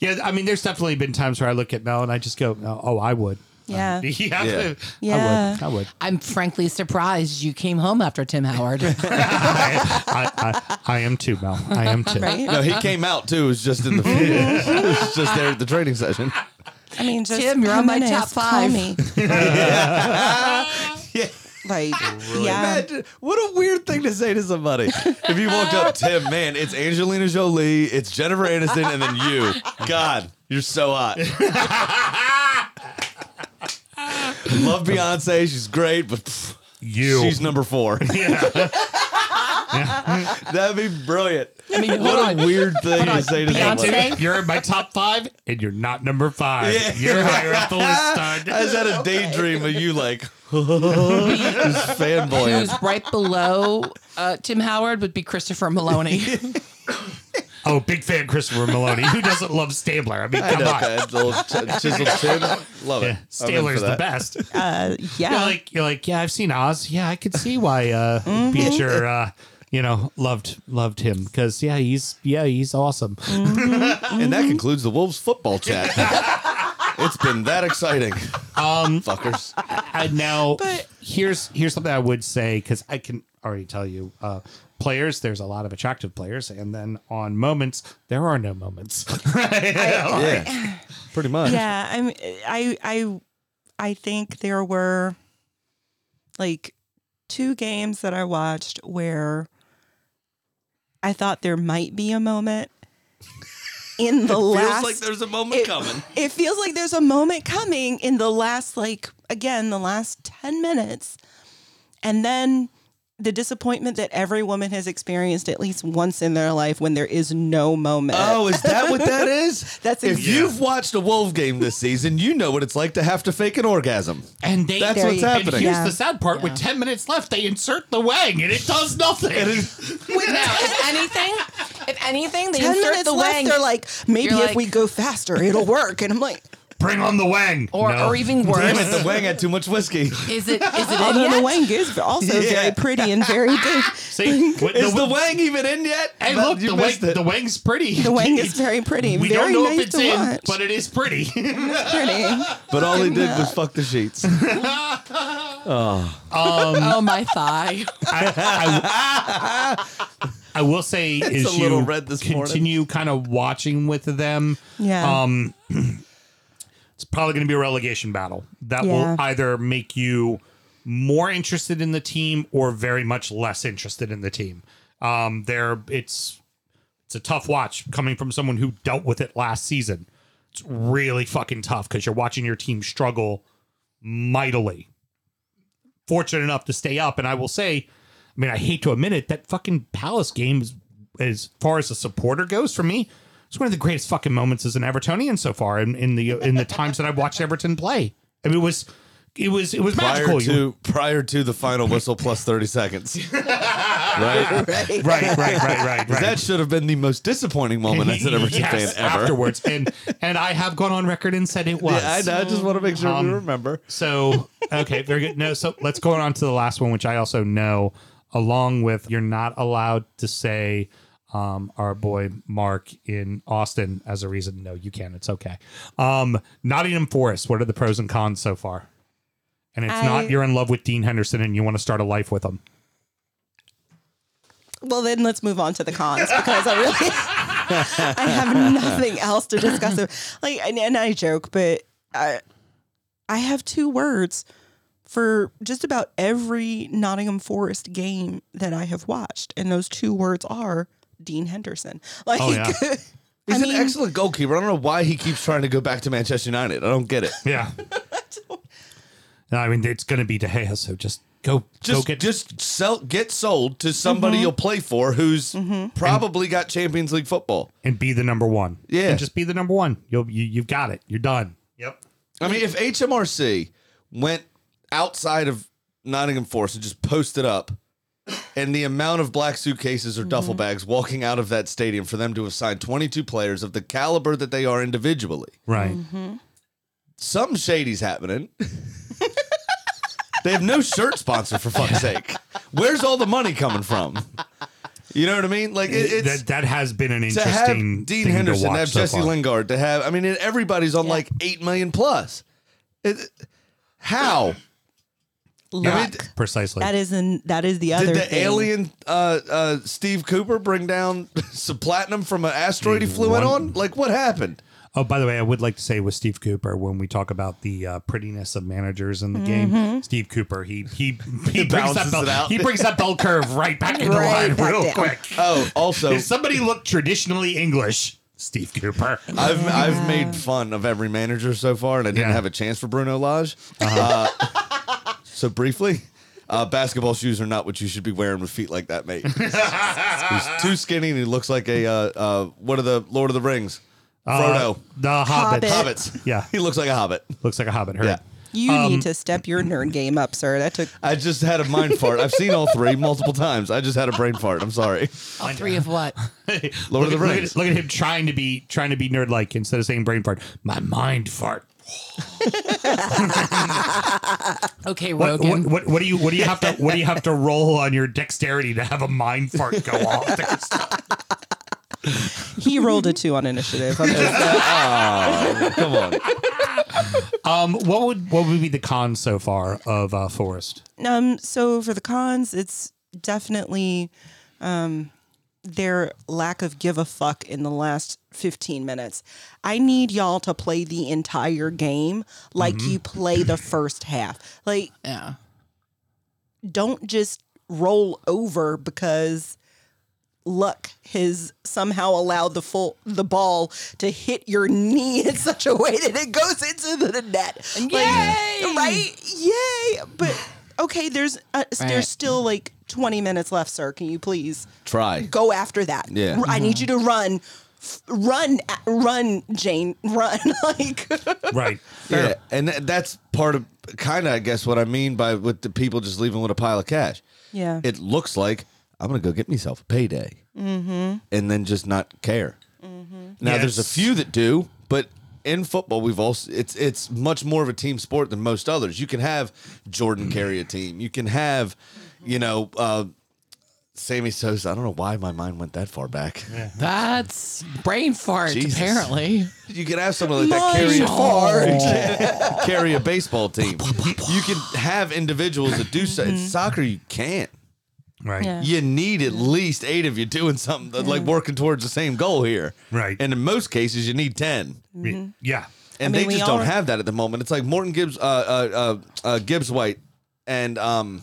[SPEAKER 2] yeah, I mean, there's definitely been times where I look at Mel and I just go, oh, oh, I would.
[SPEAKER 6] Yeah.
[SPEAKER 2] [laughs] Yeah,
[SPEAKER 3] Yeah.
[SPEAKER 6] Yeah.
[SPEAKER 2] I would. I would.
[SPEAKER 7] I'm frankly surprised you came home after Tim [laughs] Howard.
[SPEAKER 2] I, I, I, I am too, Mel. I
[SPEAKER 6] [laughs]
[SPEAKER 2] am too.
[SPEAKER 6] Right?
[SPEAKER 3] No, he came out too. It was just
[SPEAKER 2] [laughs]
[SPEAKER 3] in the field. it was just there at the training session.
[SPEAKER 6] I mean, just
[SPEAKER 7] Tim, you're on my
[SPEAKER 6] Jimenez,
[SPEAKER 7] top five.
[SPEAKER 6] call me. [laughs]
[SPEAKER 3] [laughs]
[SPEAKER 6] Like, yeah.
[SPEAKER 3] Imagine- what a weird thing to say to somebody. If you walked up, Tim, man, it's Angelina Jolie, it's Jennifer Aniston, and then you. God, you're so hot. Love Beyonce, she's great, but pff,
[SPEAKER 2] You.
[SPEAKER 3] She's number four.
[SPEAKER 2] [laughs] yeah.
[SPEAKER 3] [laughs] That'd be brilliant.
[SPEAKER 7] I mean, hold
[SPEAKER 3] What
[SPEAKER 7] on.
[SPEAKER 3] a weird thing to say to someone.
[SPEAKER 2] Beyonce, you're in my top five, and you're not number five. You're higher up the list.
[SPEAKER 3] [laughs] I just
[SPEAKER 2] son.
[SPEAKER 3] had a daydream of you like [laughs] just fanboying.
[SPEAKER 7] Who's right below uh, Tim Howard would be Christopher Maloney.
[SPEAKER 2] Oh, big fan Christopher Maloney. Who doesn't love Stabler? I mean,
[SPEAKER 3] I
[SPEAKER 2] come
[SPEAKER 3] know
[SPEAKER 2] on.
[SPEAKER 3] that little
[SPEAKER 2] [laughs]
[SPEAKER 3] ch- chiseled chin. Love
[SPEAKER 2] Yeah,
[SPEAKER 3] it.
[SPEAKER 2] Stabler's the best.
[SPEAKER 6] Uh,
[SPEAKER 2] You're
[SPEAKER 6] yeah.
[SPEAKER 2] like you're like, yeah, I've seen Oz. Yeah, I could see why uh Beecher uh you know, loved loved him because yeah, he's yeah, he's awesome.
[SPEAKER 3] best. And that concludes the Wolves football chat. [laughs] it's been that exciting. Um, Fuckers.
[SPEAKER 2] and now here's here's something I would say because I can already tell you, uh, players. There's a lot of attractive players, and then on moments, there are no moments. [laughs]
[SPEAKER 3] Yeah. Pretty much.
[SPEAKER 6] yeah i'm i i i think there were like two games that i watched where i thought there might be a moment
[SPEAKER 3] [laughs]
[SPEAKER 6] in the last
[SPEAKER 3] a moment
[SPEAKER 6] it, it feels like there's a moment coming in the last like again the last 10 minutes and then the disappointment that every woman has experienced at least once in their life when there is no moment
[SPEAKER 3] Oh, is that what that is?
[SPEAKER 6] [laughs] That's
[SPEAKER 3] if
[SPEAKER 6] ex-
[SPEAKER 3] you've watched a Wolf game this season, you know what it's like to have to fake an orgasm.
[SPEAKER 2] and they
[SPEAKER 3] That's
[SPEAKER 6] There
[SPEAKER 3] what's
[SPEAKER 6] you go.
[SPEAKER 2] and
[SPEAKER 3] happening.
[SPEAKER 2] here's
[SPEAKER 6] Yeah.
[SPEAKER 2] the sad part: with ten minutes left, they insert the wang, and it does nothing.
[SPEAKER 7] now, if anything, if anything, they
[SPEAKER 6] 10
[SPEAKER 7] insert
[SPEAKER 6] minutes
[SPEAKER 7] the
[SPEAKER 6] left,
[SPEAKER 7] wang,
[SPEAKER 6] they're like, maybe
[SPEAKER 7] You're
[SPEAKER 6] if
[SPEAKER 7] like-
[SPEAKER 6] we go faster, it'll work. And I'm like,
[SPEAKER 2] Bring on the wang,
[SPEAKER 7] or
[SPEAKER 2] No.
[SPEAKER 7] or even
[SPEAKER 3] Damn it,
[SPEAKER 7] worse,
[SPEAKER 3] the wang had too much whiskey.
[SPEAKER 7] [laughs] is it [laughs] is it in
[SPEAKER 6] although
[SPEAKER 7] yet?
[SPEAKER 6] "Oh, the wang is
[SPEAKER 2] [laughs]
[SPEAKER 6] also
[SPEAKER 3] Yeah.
[SPEAKER 6] very pretty and very big.
[SPEAKER 2] see
[SPEAKER 3] [laughs]
[SPEAKER 2] what-
[SPEAKER 3] Is
[SPEAKER 2] the-
[SPEAKER 3] the wang even in yet?
[SPEAKER 2] Hey,
[SPEAKER 3] But
[SPEAKER 2] look,
[SPEAKER 3] you
[SPEAKER 2] the wang,
[SPEAKER 3] missed it.
[SPEAKER 2] the wang's pretty. [laughs]
[SPEAKER 6] The wang is very pretty.
[SPEAKER 2] We
[SPEAKER 6] very
[SPEAKER 2] don't know
[SPEAKER 6] nice
[SPEAKER 2] if it's
[SPEAKER 6] to
[SPEAKER 2] in,
[SPEAKER 6] watch.
[SPEAKER 2] but uh, it is pretty.
[SPEAKER 3] [laughs]
[SPEAKER 6] pretty.
[SPEAKER 3] But all he did
[SPEAKER 2] [laughs]
[SPEAKER 3] was fuck the sheets.
[SPEAKER 7] Oh my thigh!
[SPEAKER 2] I, I- I will say is
[SPEAKER 3] a little
[SPEAKER 2] you
[SPEAKER 3] red this morning.
[SPEAKER 2] continue kind of watching with them.
[SPEAKER 6] Yeah.
[SPEAKER 2] Um, it's probably going to be a relegation battle that
[SPEAKER 6] Yeah.
[SPEAKER 2] will either make you more interested in the team or very much less interested in the team. Um, there, it's it's a tough watch coming from someone who dealt with it last season. It's really fucking tough because you're watching your team struggle mightily. Fortunate enough to stay up, and I will say, I mean, I hate to admit it, that fucking Palace game is, as far as a supporter goes for me, it's one of the greatest fucking moments as an Evertonian so far in, in the in the times that I've watched Everton play. I mean, it was it was it was
[SPEAKER 3] prior
[SPEAKER 2] magical.
[SPEAKER 3] [laughs]
[SPEAKER 2] You-
[SPEAKER 3] to prior to the final whistle plus 30
[SPEAKER 2] [laughs]
[SPEAKER 3] seconds. right?
[SPEAKER 2] right, right, right, right, right.
[SPEAKER 3] That should have been the most disappointing moment as an
[SPEAKER 2] [laughs]
[SPEAKER 3] Everton
[SPEAKER 2] Yes,
[SPEAKER 3] fan ever.
[SPEAKER 2] Afterwards, and and I have gone on record and said it was.
[SPEAKER 3] Yeah, I, I just want to make sure
[SPEAKER 2] Um,
[SPEAKER 3] we remember.
[SPEAKER 2] So okay, very good. No, so let's go on to the last one, which I also know. Along with you're not allowed to say um, our boy Mark in Austin as a reason. No, you can. It's okay. Um, Nottingham Forest. What are the pros and cons so far? And it's
[SPEAKER 6] I-
[SPEAKER 2] not you're in love with Dean Henderson and you want to start a life with him.
[SPEAKER 6] Well, then let's move on to the cons because I really, [laughs] I have nothing else to discuss. Like, and, and I joke, but I, I have two words for just about every Nottingham Forest game that I have watched, and those two words are Dean Henderson. Like,
[SPEAKER 2] Oh,
[SPEAKER 6] [laughs]
[SPEAKER 2] yeah.
[SPEAKER 6] I
[SPEAKER 3] He's
[SPEAKER 6] mean-
[SPEAKER 3] an excellent goalkeeper. I don't know why he keeps trying to go back to Manchester United. I don't get it.
[SPEAKER 2] Yeah. no, I mean it's going to be De Gea, so just go go
[SPEAKER 3] Just
[SPEAKER 2] get Mm-hmm.
[SPEAKER 3] just sell get sold to somebody you'll play for who's probably got Champions League football.
[SPEAKER 2] and be the number one.
[SPEAKER 3] Yeah.
[SPEAKER 2] and just be the number one. You'll you, you've got it. You're done. Yep.
[SPEAKER 3] I mean, if HMRC went outside of Nottingham Forest and just posted up, and the amount of black suitcases or duffel bags walking out of that stadium for them to have signed 22 players of the caliber that they are individually,
[SPEAKER 2] Right.
[SPEAKER 3] something shady's happening. they have no shirt sponsor for fuck's sake. Where's all the money coming from? You know what I mean? Like it, it's
[SPEAKER 2] that that has been an
[SPEAKER 3] to have
[SPEAKER 2] interesting
[SPEAKER 3] Dean
[SPEAKER 2] thing
[SPEAKER 3] Henderson,
[SPEAKER 2] to
[SPEAKER 3] to
[SPEAKER 2] watch
[SPEAKER 3] have
[SPEAKER 2] so
[SPEAKER 3] Jesse
[SPEAKER 2] far.
[SPEAKER 3] Lingard, to have I mean, and everybody's on like eight million plus. It- how
[SPEAKER 6] luck.
[SPEAKER 3] I mean, d-
[SPEAKER 2] Precisely.
[SPEAKER 6] that is an, that is the other
[SPEAKER 3] did the
[SPEAKER 6] thing.
[SPEAKER 3] alien uh, uh, Steve Cooper bring down [laughs] some platinum from an asteroid he flew in
[SPEAKER 2] One-
[SPEAKER 3] on? Like what happened?
[SPEAKER 2] oh, by the way, I would like to say with Steve Cooper when we talk about the uh, prettiness of managers in the
[SPEAKER 6] Mm-hmm.
[SPEAKER 2] game, Steve Cooper he he
[SPEAKER 3] [laughs]
[SPEAKER 2] he, brings that
[SPEAKER 3] balances
[SPEAKER 2] bell,
[SPEAKER 3] it out.
[SPEAKER 2] he brings that bell curve right back into
[SPEAKER 6] Right
[SPEAKER 2] line
[SPEAKER 6] back
[SPEAKER 2] real
[SPEAKER 6] down.
[SPEAKER 2] quick.
[SPEAKER 3] Oh, [laughs] also.
[SPEAKER 2] If somebody looked traditionally English, Steve Cooper.
[SPEAKER 3] I've I've made fun of every manager so far, and I didn't
[SPEAKER 2] Yeah. Uh-huh.
[SPEAKER 3] have a chance for Bruno Lage. uh so briefly, Uh, basketball shoes are not what you should be wearing with feet like
[SPEAKER 2] [laughs]
[SPEAKER 3] that, mate. He's too skinny and he looks like a uh, uh, what are the Lord of the Rings?
[SPEAKER 2] Uh,
[SPEAKER 3] Frodo.
[SPEAKER 2] the Hobbit.
[SPEAKER 6] Hobbit.
[SPEAKER 3] Hobbits.
[SPEAKER 2] Yeah.
[SPEAKER 3] he looks like a hobbit.
[SPEAKER 2] Looks like a Hobbit. Heard.
[SPEAKER 3] Yeah.
[SPEAKER 6] You
[SPEAKER 3] um,
[SPEAKER 6] need to step your nerd game up, sir. That took
[SPEAKER 3] I just had a mind fart. I've seen all three multiple times. I just had a brain fart. I'm sorry.
[SPEAKER 7] All three of what?
[SPEAKER 3] Lord of
[SPEAKER 2] look
[SPEAKER 3] the
[SPEAKER 2] at-
[SPEAKER 3] Rings.
[SPEAKER 2] Look at, look at him trying to be trying to be nerd like instead of saying brain fart. My mind fart.
[SPEAKER 7] Okay,
[SPEAKER 2] What,
[SPEAKER 7] Rogan.
[SPEAKER 2] what, what, what do you what do you have to what do you have to roll on your dexterity to have a mind fart go off?
[SPEAKER 6] he rolled a two on initiative. I'm
[SPEAKER 3] [laughs]
[SPEAKER 6] just-
[SPEAKER 3] Come on.
[SPEAKER 2] um, what would what would be the con so far of uh, Forest?
[SPEAKER 6] um, so for the cons, it's definitely um, their lack of give a fuck in the last 15 minutes. I need y'all to play the entire game like
[SPEAKER 3] Mm-hmm.
[SPEAKER 6] you play the first half. Like
[SPEAKER 7] yeah.
[SPEAKER 6] don't just roll over because luck has somehow allowed the full the ball to hit your knee in [laughs] such a way that it goes into the net. Like,
[SPEAKER 7] Yay!
[SPEAKER 6] Right? Yay! But okay, there's uh,
[SPEAKER 7] Right.
[SPEAKER 6] there's still like 20 minutes left, sir. Can you please
[SPEAKER 3] Try.
[SPEAKER 6] go after that?
[SPEAKER 3] Yeah.
[SPEAKER 6] R- I need you to run. F- Run, a- run, Jane, [laughs] run! Like,
[SPEAKER 2] Right.
[SPEAKER 3] Yeah, and th- that's part of kind of, I guess, what I mean by with the people just leaving with a pile of cash.
[SPEAKER 6] Yeah.
[SPEAKER 3] it looks like I'm gonna go get myself a payday, mm-hmm. and then just not care. Now there's a
[SPEAKER 2] Yes.
[SPEAKER 3] few that do, but in football, we've also it's it's much more of a team sport than most others. You can have Jordan carry a team. You can have, you know. Uh, Sammy Sosa. I don't know why my mind went that far back.
[SPEAKER 7] That's brain farts,
[SPEAKER 3] Jesus. [laughs]
[SPEAKER 7] apparently.
[SPEAKER 3] You can have someone like that carry a far, [laughs] carry a baseball team. You can have individuals that do so. In
[SPEAKER 6] Mm-hmm.
[SPEAKER 3] soccer, you can't.
[SPEAKER 2] Right.
[SPEAKER 6] Yeah.
[SPEAKER 3] You need at least eight of you doing something that, like working towards the same goal here.
[SPEAKER 2] Right.
[SPEAKER 3] And in most cases, you need ten.
[SPEAKER 6] Mm-hmm.
[SPEAKER 2] Re- Yeah.
[SPEAKER 3] And
[SPEAKER 6] I mean,
[SPEAKER 3] they
[SPEAKER 6] we
[SPEAKER 3] just don't
[SPEAKER 6] are-
[SPEAKER 3] have that at the moment. It's like Morton Gibbs, uh, uh, uh, uh, Gibbs White, and um,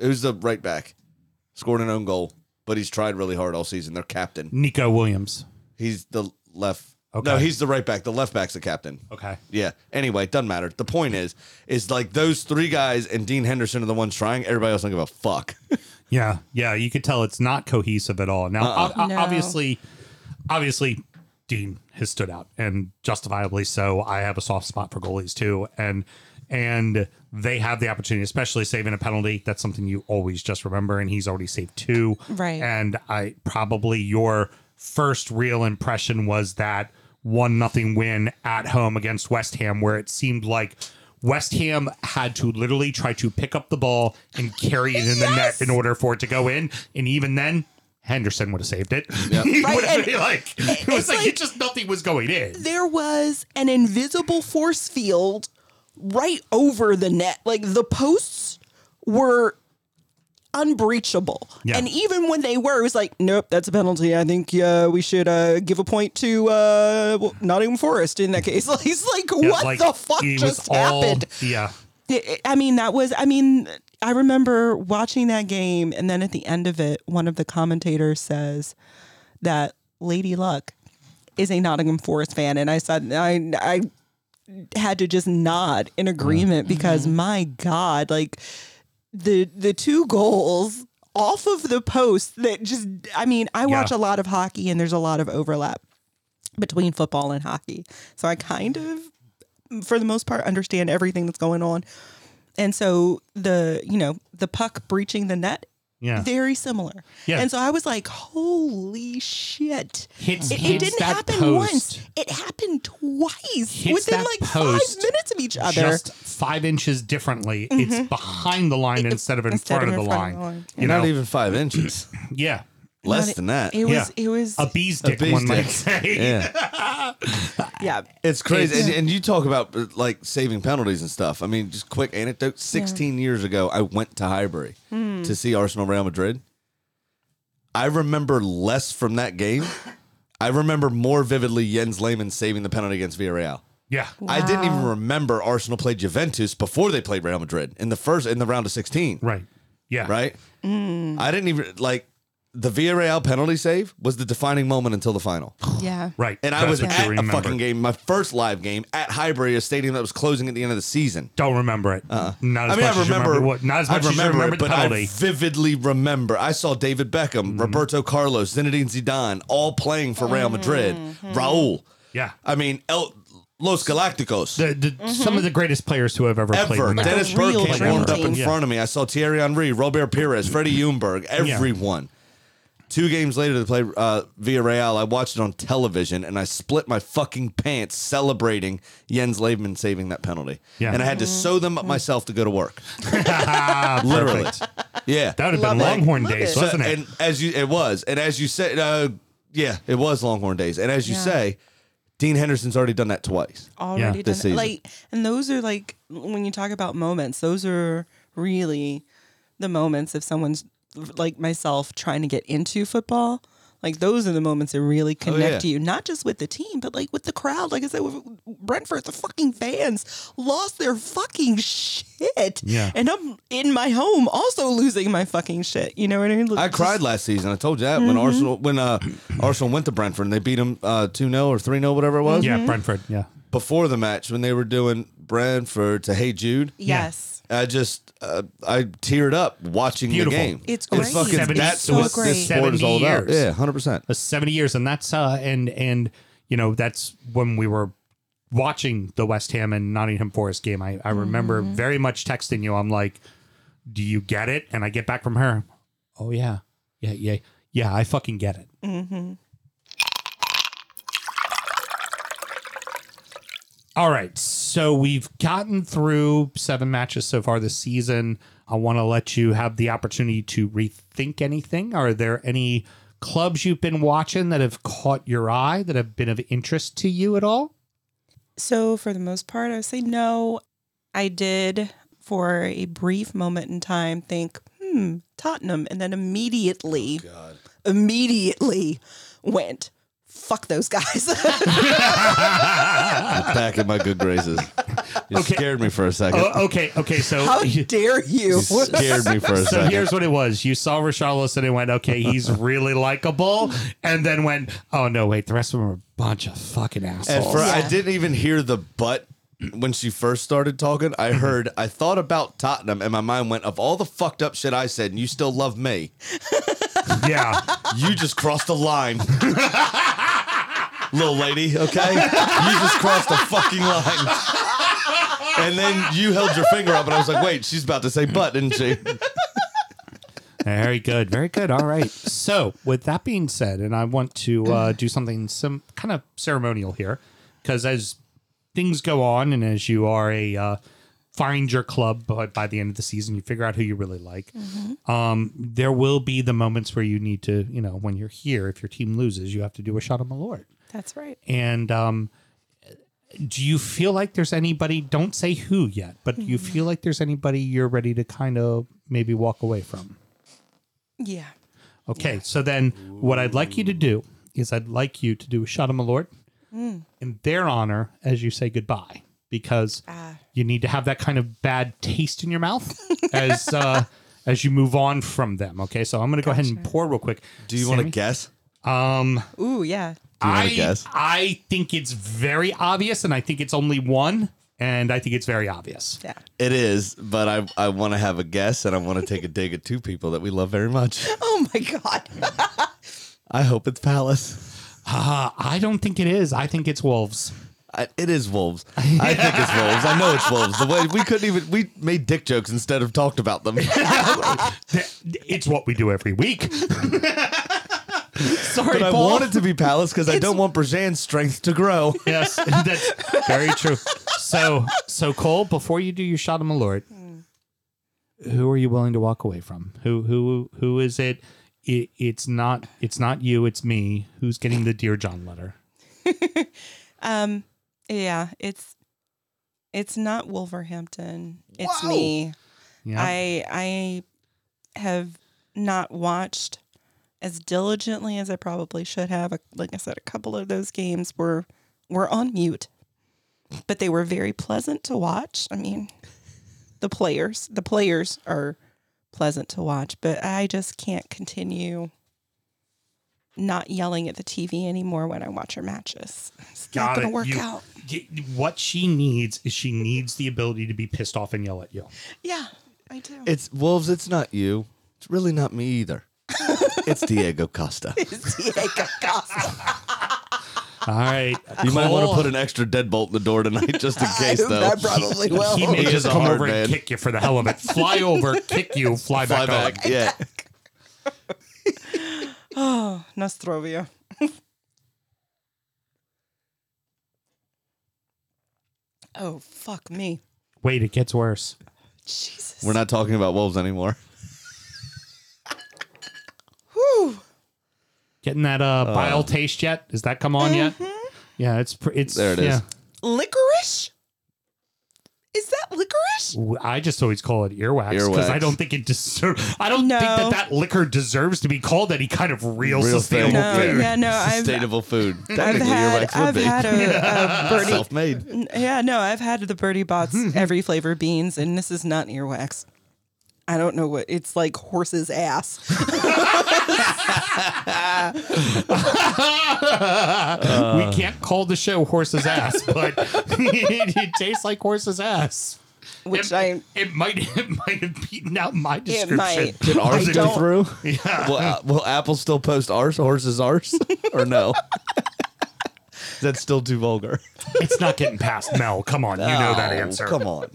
[SPEAKER 3] who's the right back? Scored an own goal, but he's tried really hard all season. Their captain.
[SPEAKER 2] Nico Williams.
[SPEAKER 3] He's the left. No,
[SPEAKER 2] Okay.
[SPEAKER 3] he's the right back. The left back's the captain.
[SPEAKER 2] Okay.
[SPEAKER 3] Yeah. Anyway, doesn't matter. The point is, is like those three guys and Dean Henderson are the ones trying. Everybody else don't give a fuck.
[SPEAKER 2] Yeah, yeah, you could tell it's not cohesive at all. Now, ob- ob-
[SPEAKER 6] No.
[SPEAKER 2] obviously, obviously, Dean has stood out, and justifiably so. I have a soft spot for goalies too, and and they have the opportunity, especially saving a penalty. That's something you always just remember, and he's already saved two.
[SPEAKER 6] Right.
[SPEAKER 2] And I probably your first real impression was that one nothing win at home against West Ham, where it seemed like. West Ham had to literally try to pick up the ball and carry it in
[SPEAKER 6] [laughs]
[SPEAKER 2] the net in order for it to go in, and even then, Henderson would have saved it. [laughs] He
[SPEAKER 6] Right,
[SPEAKER 2] would have
[SPEAKER 6] and-
[SPEAKER 2] been [laughs] like, it was
[SPEAKER 6] [laughs] it's
[SPEAKER 2] like,
[SPEAKER 6] like-
[SPEAKER 2] it just nothing was going in.
[SPEAKER 6] there was an invisible force field right over the net. Like the posts were unbreachable.
[SPEAKER 2] Yeah.
[SPEAKER 6] And even when they were, it was like, nope, that's a penalty. I think uh, we should uh, give a point to uh, well, Nottingham Forest in that case. [laughs] Like, it's like,
[SPEAKER 2] Yeah,
[SPEAKER 6] what
[SPEAKER 2] like,
[SPEAKER 6] the fuck
[SPEAKER 2] it was
[SPEAKER 6] just
[SPEAKER 2] all-
[SPEAKER 6] happened?
[SPEAKER 2] Yeah.
[SPEAKER 6] It- it- eh, I mean, that was, I mean, I remember watching that game, and then at the end of it, one of the commentators says that Lady Luck is a Nottingham Forest fan, and I said, I, I had to just nod in agreement because my God, like the the two goals off of the post that just, I mean, I watch
[SPEAKER 2] Yeah.
[SPEAKER 6] a lot of hockey, and there's a lot of overlap between football and hockey, so I kind of for the most part understand everything that's going on and so the you know the puck breaching the net
[SPEAKER 2] Yeah.
[SPEAKER 6] very similar
[SPEAKER 2] Yeah.
[SPEAKER 6] and so i was like holy shit
[SPEAKER 2] Hits-
[SPEAKER 6] it, it
[SPEAKER 2] hits
[SPEAKER 6] didn't
[SPEAKER 7] that
[SPEAKER 6] happen
[SPEAKER 7] post.
[SPEAKER 6] once it happened twice
[SPEAKER 2] Hits
[SPEAKER 6] within
[SPEAKER 2] that
[SPEAKER 6] like
[SPEAKER 2] post.
[SPEAKER 6] five minutes of each other Mm-hmm.
[SPEAKER 2] Just five inches differently. It's behind the line instead of in
[SPEAKER 6] instead
[SPEAKER 2] front
[SPEAKER 6] of
[SPEAKER 2] of the
[SPEAKER 6] in
[SPEAKER 2] line.
[SPEAKER 6] front of the line.
[SPEAKER 2] You
[SPEAKER 3] Not
[SPEAKER 2] know,
[SPEAKER 3] even [clears throat] five inches.
[SPEAKER 2] yeah.
[SPEAKER 3] Less
[SPEAKER 6] Not-
[SPEAKER 3] than that.
[SPEAKER 6] it was
[SPEAKER 2] Yeah.
[SPEAKER 6] it was
[SPEAKER 2] A bee's dick,
[SPEAKER 3] bee's
[SPEAKER 2] one might
[SPEAKER 3] dick.
[SPEAKER 2] say.
[SPEAKER 3] [laughs] yeah.
[SPEAKER 6] yeah
[SPEAKER 3] It's crazy. and, and you talk about uh, like saving penalties and stuff. I mean, just quick anecdote 16 years ago, I went to Highbury
[SPEAKER 6] Hmm.
[SPEAKER 3] to see Arsenal Real Madrid. I remember less from that
[SPEAKER 6] [laughs]
[SPEAKER 3] game. I remember more vividly Jens Lehmann saving the penalty against Villarreal.
[SPEAKER 2] [laughs] Yeah.
[SPEAKER 3] I didn't even remember Arsenal played Juventus before they played Real Madrid in the first in the round of 16.
[SPEAKER 2] Right. Yeah.
[SPEAKER 3] right? I didn't even like the Villarreal penalty save was the defining moment until the final.
[SPEAKER 6] Yeah.
[SPEAKER 2] Right.
[SPEAKER 3] And I
[SPEAKER 2] that's
[SPEAKER 3] was
[SPEAKER 2] what you
[SPEAKER 3] at a
[SPEAKER 2] remember.
[SPEAKER 3] fucking game, my first live game at Highbury, a stadium that was closing at the end of the season.
[SPEAKER 2] Don't remember it. Not as
[SPEAKER 3] Uh-uh. I mean,
[SPEAKER 2] much
[SPEAKER 3] I
[SPEAKER 2] as you
[SPEAKER 3] remember,
[SPEAKER 2] remember what. Not as
[SPEAKER 3] I
[SPEAKER 2] much as you
[SPEAKER 3] remember
[SPEAKER 2] remember
[SPEAKER 3] it,
[SPEAKER 2] the
[SPEAKER 3] but
[SPEAKER 2] penalty. Mm-hmm.
[SPEAKER 3] I vividly remember. I saw David Beckham, Roberto Carlos, Zinedine Zidane, all playing for Real Madrid.
[SPEAKER 2] Mm-hmm.
[SPEAKER 3] Raul.
[SPEAKER 2] Yeah.
[SPEAKER 3] I mean, El, Los Galacticos.
[SPEAKER 2] The, the, Some
[SPEAKER 6] Mm-hmm.
[SPEAKER 2] of the greatest players who have ever, played.
[SPEAKER 3] Ever.
[SPEAKER 2] in that. [laughs]
[SPEAKER 3] Dennis
[SPEAKER 6] a real
[SPEAKER 3] Bergkamp
[SPEAKER 6] dream
[SPEAKER 3] warmed up
[SPEAKER 6] team.
[SPEAKER 3] in
[SPEAKER 2] Yeah.
[SPEAKER 3] front of me. I saw Thierry Henry, Robert Pires, Freddie Ljungberg, everyone. Two games later, they played uh, Villarreal. I watched it on television, and I split my fucking pants celebrating Jens Lehmann saving that penalty.
[SPEAKER 2] Yeah.
[SPEAKER 3] And I had
[SPEAKER 6] Mm-hmm.
[SPEAKER 3] to sew them up myself to go to work. Literally. Yeah.
[SPEAKER 2] That would have been Longhorn days,
[SPEAKER 3] So-
[SPEAKER 2] wasn't it?
[SPEAKER 3] And as you, it was, and as you said, uh, yeah, it was Longhorn days. And as you say, Dean Henderson's already done that twice.
[SPEAKER 6] Already
[SPEAKER 2] Yeah.
[SPEAKER 6] done
[SPEAKER 3] This
[SPEAKER 6] it.
[SPEAKER 3] season.
[SPEAKER 6] Like, and those are like, when you talk about moments, those are really the moments if someone's like myself trying to get into football. Like those are the moments that really connect
[SPEAKER 3] Oh, yeah.
[SPEAKER 6] you, not just with the team, but like with the crowd. Like I said, with Brentford, the fucking fans lost their fucking shit,
[SPEAKER 2] Yeah.
[SPEAKER 6] and I'm in my home also losing my fucking shit. You know what I mean?
[SPEAKER 3] I cried last season. I told you that
[SPEAKER 2] Mm-hmm.
[SPEAKER 3] when Arsenal when uh, Arsenal went to Brentford and they beat them uh, 2-0 or 3-0 whatever it was.
[SPEAKER 2] yeah,
[SPEAKER 6] Mm-hmm.
[SPEAKER 2] Brentford. Yeah.
[SPEAKER 3] Before the match when they were doing Brentford to Hey Jude.
[SPEAKER 6] Yes.
[SPEAKER 3] I just uh, I teared up watching
[SPEAKER 2] Beautiful.
[SPEAKER 3] the game.
[SPEAKER 6] It's great.
[SPEAKER 3] fucking
[SPEAKER 6] Seventy-
[SPEAKER 3] that's
[SPEAKER 6] it's so
[SPEAKER 3] what
[SPEAKER 6] great.
[SPEAKER 3] this sport is all about.
[SPEAKER 2] Seventy years.
[SPEAKER 3] Yeah,
[SPEAKER 2] [laughs]
[SPEAKER 3] 100%.
[SPEAKER 2] uh, 70 years and that's uh and and you know that's when we were watching the west ham and nottingham forest game i, I remember very much texting you i'm like do you get it and i get back from her oh yeah yeah yeah yeah i fucking get it All right, so we've gotten through seven matches so far this season. I want to let you have the opportunity to rethink anything. Are there any clubs you've been watching that have caught your eye that have been of interest to you at all?
[SPEAKER 6] So, for the most part, I would say no. I did, for a brief moment in time, think, hmm, Tottenham. And then immediately, immediately went, fuck those guys. [laughs]
[SPEAKER 3] Back in my good graces. You
[SPEAKER 2] Okay.
[SPEAKER 3] scared me for a second.
[SPEAKER 2] Oh, okay, okay, so [laughs]
[SPEAKER 6] How dare you?
[SPEAKER 3] you scared me for a
[SPEAKER 2] so
[SPEAKER 3] [laughs] second.
[SPEAKER 2] here's what it was: you saw Richarlison and went, "Okay, he's really likable," and then went, "Oh no, wait, the rest of them are a bunch of fucking
[SPEAKER 3] At
[SPEAKER 2] assholes."
[SPEAKER 3] first, I [laughs]
[SPEAKER 6] Yeah.
[SPEAKER 3] didn't even hear the but when she first started talking.
[SPEAKER 2] Mm-hmm.
[SPEAKER 3] I heard, I thought about Tottenham, and my mind went, of all the fucked up shit I said, and you still love me,
[SPEAKER 2] yeah,
[SPEAKER 3] you just crossed the line. [laughs] Little lady, okay? You just crossed the fucking line. And then you held your finger up, and I was like, wait, she's about to say but, didn't she?
[SPEAKER 2] Very good. Very good. All right. So, with that being said, and I want to uh, do something some kind of ceremonial here, because as things go on and as you are a uh, find your club by, by the end of the season, you figure out who you really like. Um, there will be the moments where you need to, you know, when you're here, if your team loses, you have to do a shot of Malort.
[SPEAKER 6] That's right.
[SPEAKER 2] And um, do you feel like there's anybody? Don't say who yet, but do you feel like there's anybody you're ready to kind of maybe walk away from?
[SPEAKER 6] Yeah.
[SPEAKER 2] Okay, so then what I'd like you to do is I'd like you to do a shot of Malort
[SPEAKER 6] Mm.
[SPEAKER 2] in their honor as you say goodbye because
[SPEAKER 6] Ah.
[SPEAKER 2] you need to have that kind of bad taste in your
[SPEAKER 6] [laughs]
[SPEAKER 2] mouth as uh, as you move on from them. Okay, so I'm going to go ahead and pour real quick.
[SPEAKER 3] Do you want to
[SPEAKER 2] Sammy?
[SPEAKER 3] guess?
[SPEAKER 6] Ooh, yeah.
[SPEAKER 3] Do you
[SPEAKER 2] I
[SPEAKER 3] want to guess?
[SPEAKER 2] I think it's very obvious, and I think it's only one, and I think it's very obvious.
[SPEAKER 6] Yeah. [laughs]
[SPEAKER 3] It is, but I, I want to have a guess, and I want to take a dig at two people that we love very much.
[SPEAKER 6] Oh my God. [laughs]
[SPEAKER 3] I hope it's Palace.
[SPEAKER 2] Uh, I don't think it is. I think it's wolves.
[SPEAKER 3] I, it is wolves. I think it's wolves. I know it's wolves. The way we couldn't even we made dick jokes instead of talked about them. [laughs]
[SPEAKER 2] It's what we do every week. Sorry,
[SPEAKER 3] but I
[SPEAKER 2] Paul.
[SPEAKER 3] want it to be Palace because I don't want Brajan's strength to grow.
[SPEAKER 2] Yes, [laughs] that's very true. So, so Cole, before you do your shot of Malort, who are you willing to walk away from? Who, who, who is it? it it's not. It's not you. It's me. Who's getting the dear John letter?
[SPEAKER 6] Um, yeah, it's it's not Wolverhampton. It's
[SPEAKER 3] Wow.
[SPEAKER 6] me.
[SPEAKER 2] Yeah.
[SPEAKER 6] I I have not watched as diligently as I probably should have. Like I said, a couple of those games were were on mute, but they were very pleasant to watch. I mean, the players the players are pleasant to watch, but I just can't continue not yelling at the TV anymore when I watch her matches. It's
[SPEAKER 2] Got
[SPEAKER 6] not going
[SPEAKER 2] it.
[SPEAKER 6] to work
[SPEAKER 2] You-
[SPEAKER 6] out.
[SPEAKER 2] y- what she needs is she needs the ability to be pissed off and yell at you.
[SPEAKER 6] Yeah, I do.
[SPEAKER 3] It's wolves. It's not you. It's really not me either. [laughs] it's Diego Costa. You
[SPEAKER 2] All
[SPEAKER 3] [laughs]
[SPEAKER 2] right.
[SPEAKER 3] might want to
[SPEAKER 2] Cole-
[SPEAKER 3] put an extra deadbolt in the door tonight, just in case,
[SPEAKER 6] I,
[SPEAKER 3] though.
[SPEAKER 6] I probably will.
[SPEAKER 2] He may
[SPEAKER 3] [laughs] He
[SPEAKER 2] just
[SPEAKER 3] is a
[SPEAKER 2] come
[SPEAKER 3] hard
[SPEAKER 2] over
[SPEAKER 3] man.
[SPEAKER 2] and kick you for the hell of it. Fly over, kick
[SPEAKER 3] [laughs]
[SPEAKER 2] you, fly
[SPEAKER 3] Fly
[SPEAKER 2] back,
[SPEAKER 3] back.
[SPEAKER 2] over.
[SPEAKER 3] Yeah.
[SPEAKER 6] Oh, Nostrovia. [laughs] oh, fuck me.
[SPEAKER 2] Wait, it gets worse.
[SPEAKER 6] Jesus.
[SPEAKER 3] We're not talking about wolves anymore. [laughs]
[SPEAKER 6] Whew.
[SPEAKER 2] Getting that uh, bile taste yet? Does that come on yet?
[SPEAKER 6] Mm-hmm.
[SPEAKER 2] Yeah, it's pr- it's
[SPEAKER 3] There it is.
[SPEAKER 2] yeah.
[SPEAKER 6] Licorice? Is that licorice?
[SPEAKER 2] W- I just always call it earwax because I
[SPEAKER 3] Earwax.
[SPEAKER 2] don't think it deserves. I don't think
[SPEAKER 6] No.
[SPEAKER 2] that that liquor deserves to be called any kind of real,
[SPEAKER 3] Real thing.
[SPEAKER 2] sustainable
[SPEAKER 6] No,
[SPEAKER 2] food.
[SPEAKER 6] yeah, no, I've,
[SPEAKER 3] Sustainable food.
[SPEAKER 6] I've
[SPEAKER 3] Technically,
[SPEAKER 6] had,
[SPEAKER 3] earwax would
[SPEAKER 6] I've
[SPEAKER 3] be.
[SPEAKER 6] had
[SPEAKER 3] [laughs]
[SPEAKER 6] a, a birdie.
[SPEAKER 3] Self-made.
[SPEAKER 6] N- Yeah, no, I've had the Birdie Bots
[SPEAKER 3] Hmm.
[SPEAKER 6] every flavor beans, and this is not earwax. I don't know what it's like
[SPEAKER 3] [laughs]
[SPEAKER 6] horse's ass.
[SPEAKER 2] we can't call the show horse's ass, but [laughs] it, it tastes like horse's ass.
[SPEAKER 6] Which
[SPEAKER 2] it,
[SPEAKER 6] I-
[SPEAKER 2] it might [laughs] it might have beaten out my
[SPEAKER 6] It
[SPEAKER 2] description.
[SPEAKER 6] might.
[SPEAKER 3] Did ours go
[SPEAKER 6] I [laughs]
[SPEAKER 3] [laughs]
[SPEAKER 6] don't-
[SPEAKER 3] through? Yeah. Will, uh, will Apple still post ours, horses ours, [laughs] or no? That's still too vulgar.
[SPEAKER 2] It's not getting past Mel. Come on, you know that
[SPEAKER 3] Oh,
[SPEAKER 2] answer.
[SPEAKER 3] Come [laughs] on.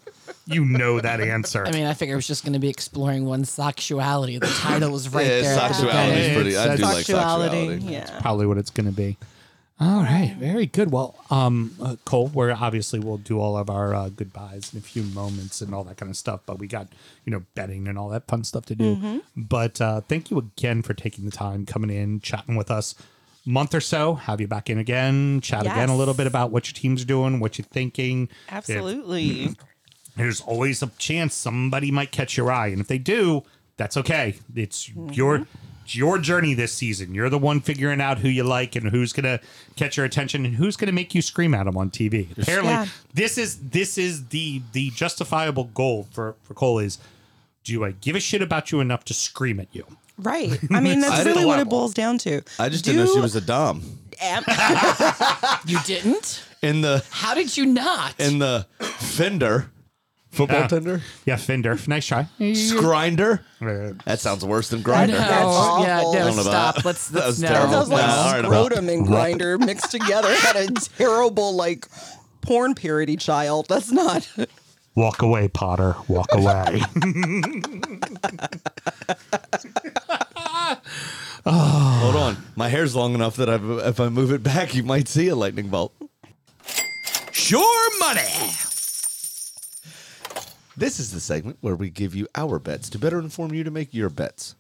[SPEAKER 2] you know that answer.
[SPEAKER 7] I mean, I figured it was just going to be exploring one's sexuality. The title was right
[SPEAKER 3] yeah,
[SPEAKER 7] there. at the
[SPEAKER 3] sexuality
[SPEAKER 7] beginning.
[SPEAKER 3] is pretty. I
[SPEAKER 2] It's-
[SPEAKER 3] do like
[SPEAKER 6] Sexuality.
[SPEAKER 3] sexuality.
[SPEAKER 6] Yeah.
[SPEAKER 2] probably what it's going to be. All right, very good. Well, um, uh, Cole, we're obviously we'll do all of our uh, goodbyes in a few moments and all that kind of stuff, but we got you know betting and all that fun stuff to do.
[SPEAKER 6] Mm-hmm.
[SPEAKER 2] But uh, thank you again for taking the time, coming in, chatting with us. Month or so, have you back in again, chat again a
[SPEAKER 6] Yes.
[SPEAKER 2] little bit about what your team's doing, what you're thinking. If-
[SPEAKER 6] Absolutely.
[SPEAKER 2] there's always a chance somebody might catch your eye and if they do that's okay it's your it's your journey this season you're the one figuring out who you like and who's gonna catch your attention and who's gonna make you scream at them on tv apparently
[SPEAKER 6] Yeah.
[SPEAKER 2] this is this is the the justifiable goal for for cole is do i give a shit about you enough to scream at you
[SPEAKER 6] Right.
[SPEAKER 3] [laughs]
[SPEAKER 6] I mean,
[SPEAKER 2] I
[SPEAKER 6] that's
[SPEAKER 2] did
[SPEAKER 6] really
[SPEAKER 2] a
[SPEAKER 6] what
[SPEAKER 2] lot.
[SPEAKER 6] it boils down to.
[SPEAKER 3] I just
[SPEAKER 6] Do
[SPEAKER 3] didn't know she was a dom. [laughs]
[SPEAKER 6] am- [laughs]
[SPEAKER 7] You didn't?
[SPEAKER 3] In the
[SPEAKER 7] How did you not?
[SPEAKER 3] in the fender, football
[SPEAKER 2] Yeah.
[SPEAKER 3] tender,
[SPEAKER 2] yeah fender nice try
[SPEAKER 3] grinder.
[SPEAKER 2] Uh,
[SPEAKER 3] That sounds worse than
[SPEAKER 7] no,
[SPEAKER 3] grinder.
[SPEAKER 6] awful.
[SPEAKER 7] yeah,
[SPEAKER 6] I
[SPEAKER 7] no,
[SPEAKER 3] don't know about
[SPEAKER 7] stop.
[SPEAKER 3] that.
[SPEAKER 7] Let's,
[SPEAKER 3] That
[SPEAKER 7] let's
[SPEAKER 3] was
[SPEAKER 7] no.
[SPEAKER 6] That
[SPEAKER 3] terrible.
[SPEAKER 6] sounds like
[SPEAKER 3] Nah, all right, about-
[SPEAKER 6] scrotum and grinder mixed together
[SPEAKER 3] [laughs]
[SPEAKER 6] at a terrible like porn parody child. That's not. [laughs]
[SPEAKER 2] walk away potter walk away
[SPEAKER 3] Hold on, my hair's long enough that I've, if I move it back, you might see a lightning bolt.
[SPEAKER 4] Sure money.
[SPEAKER 3] This is the segment where we give you our bets to better inform you to make your bets.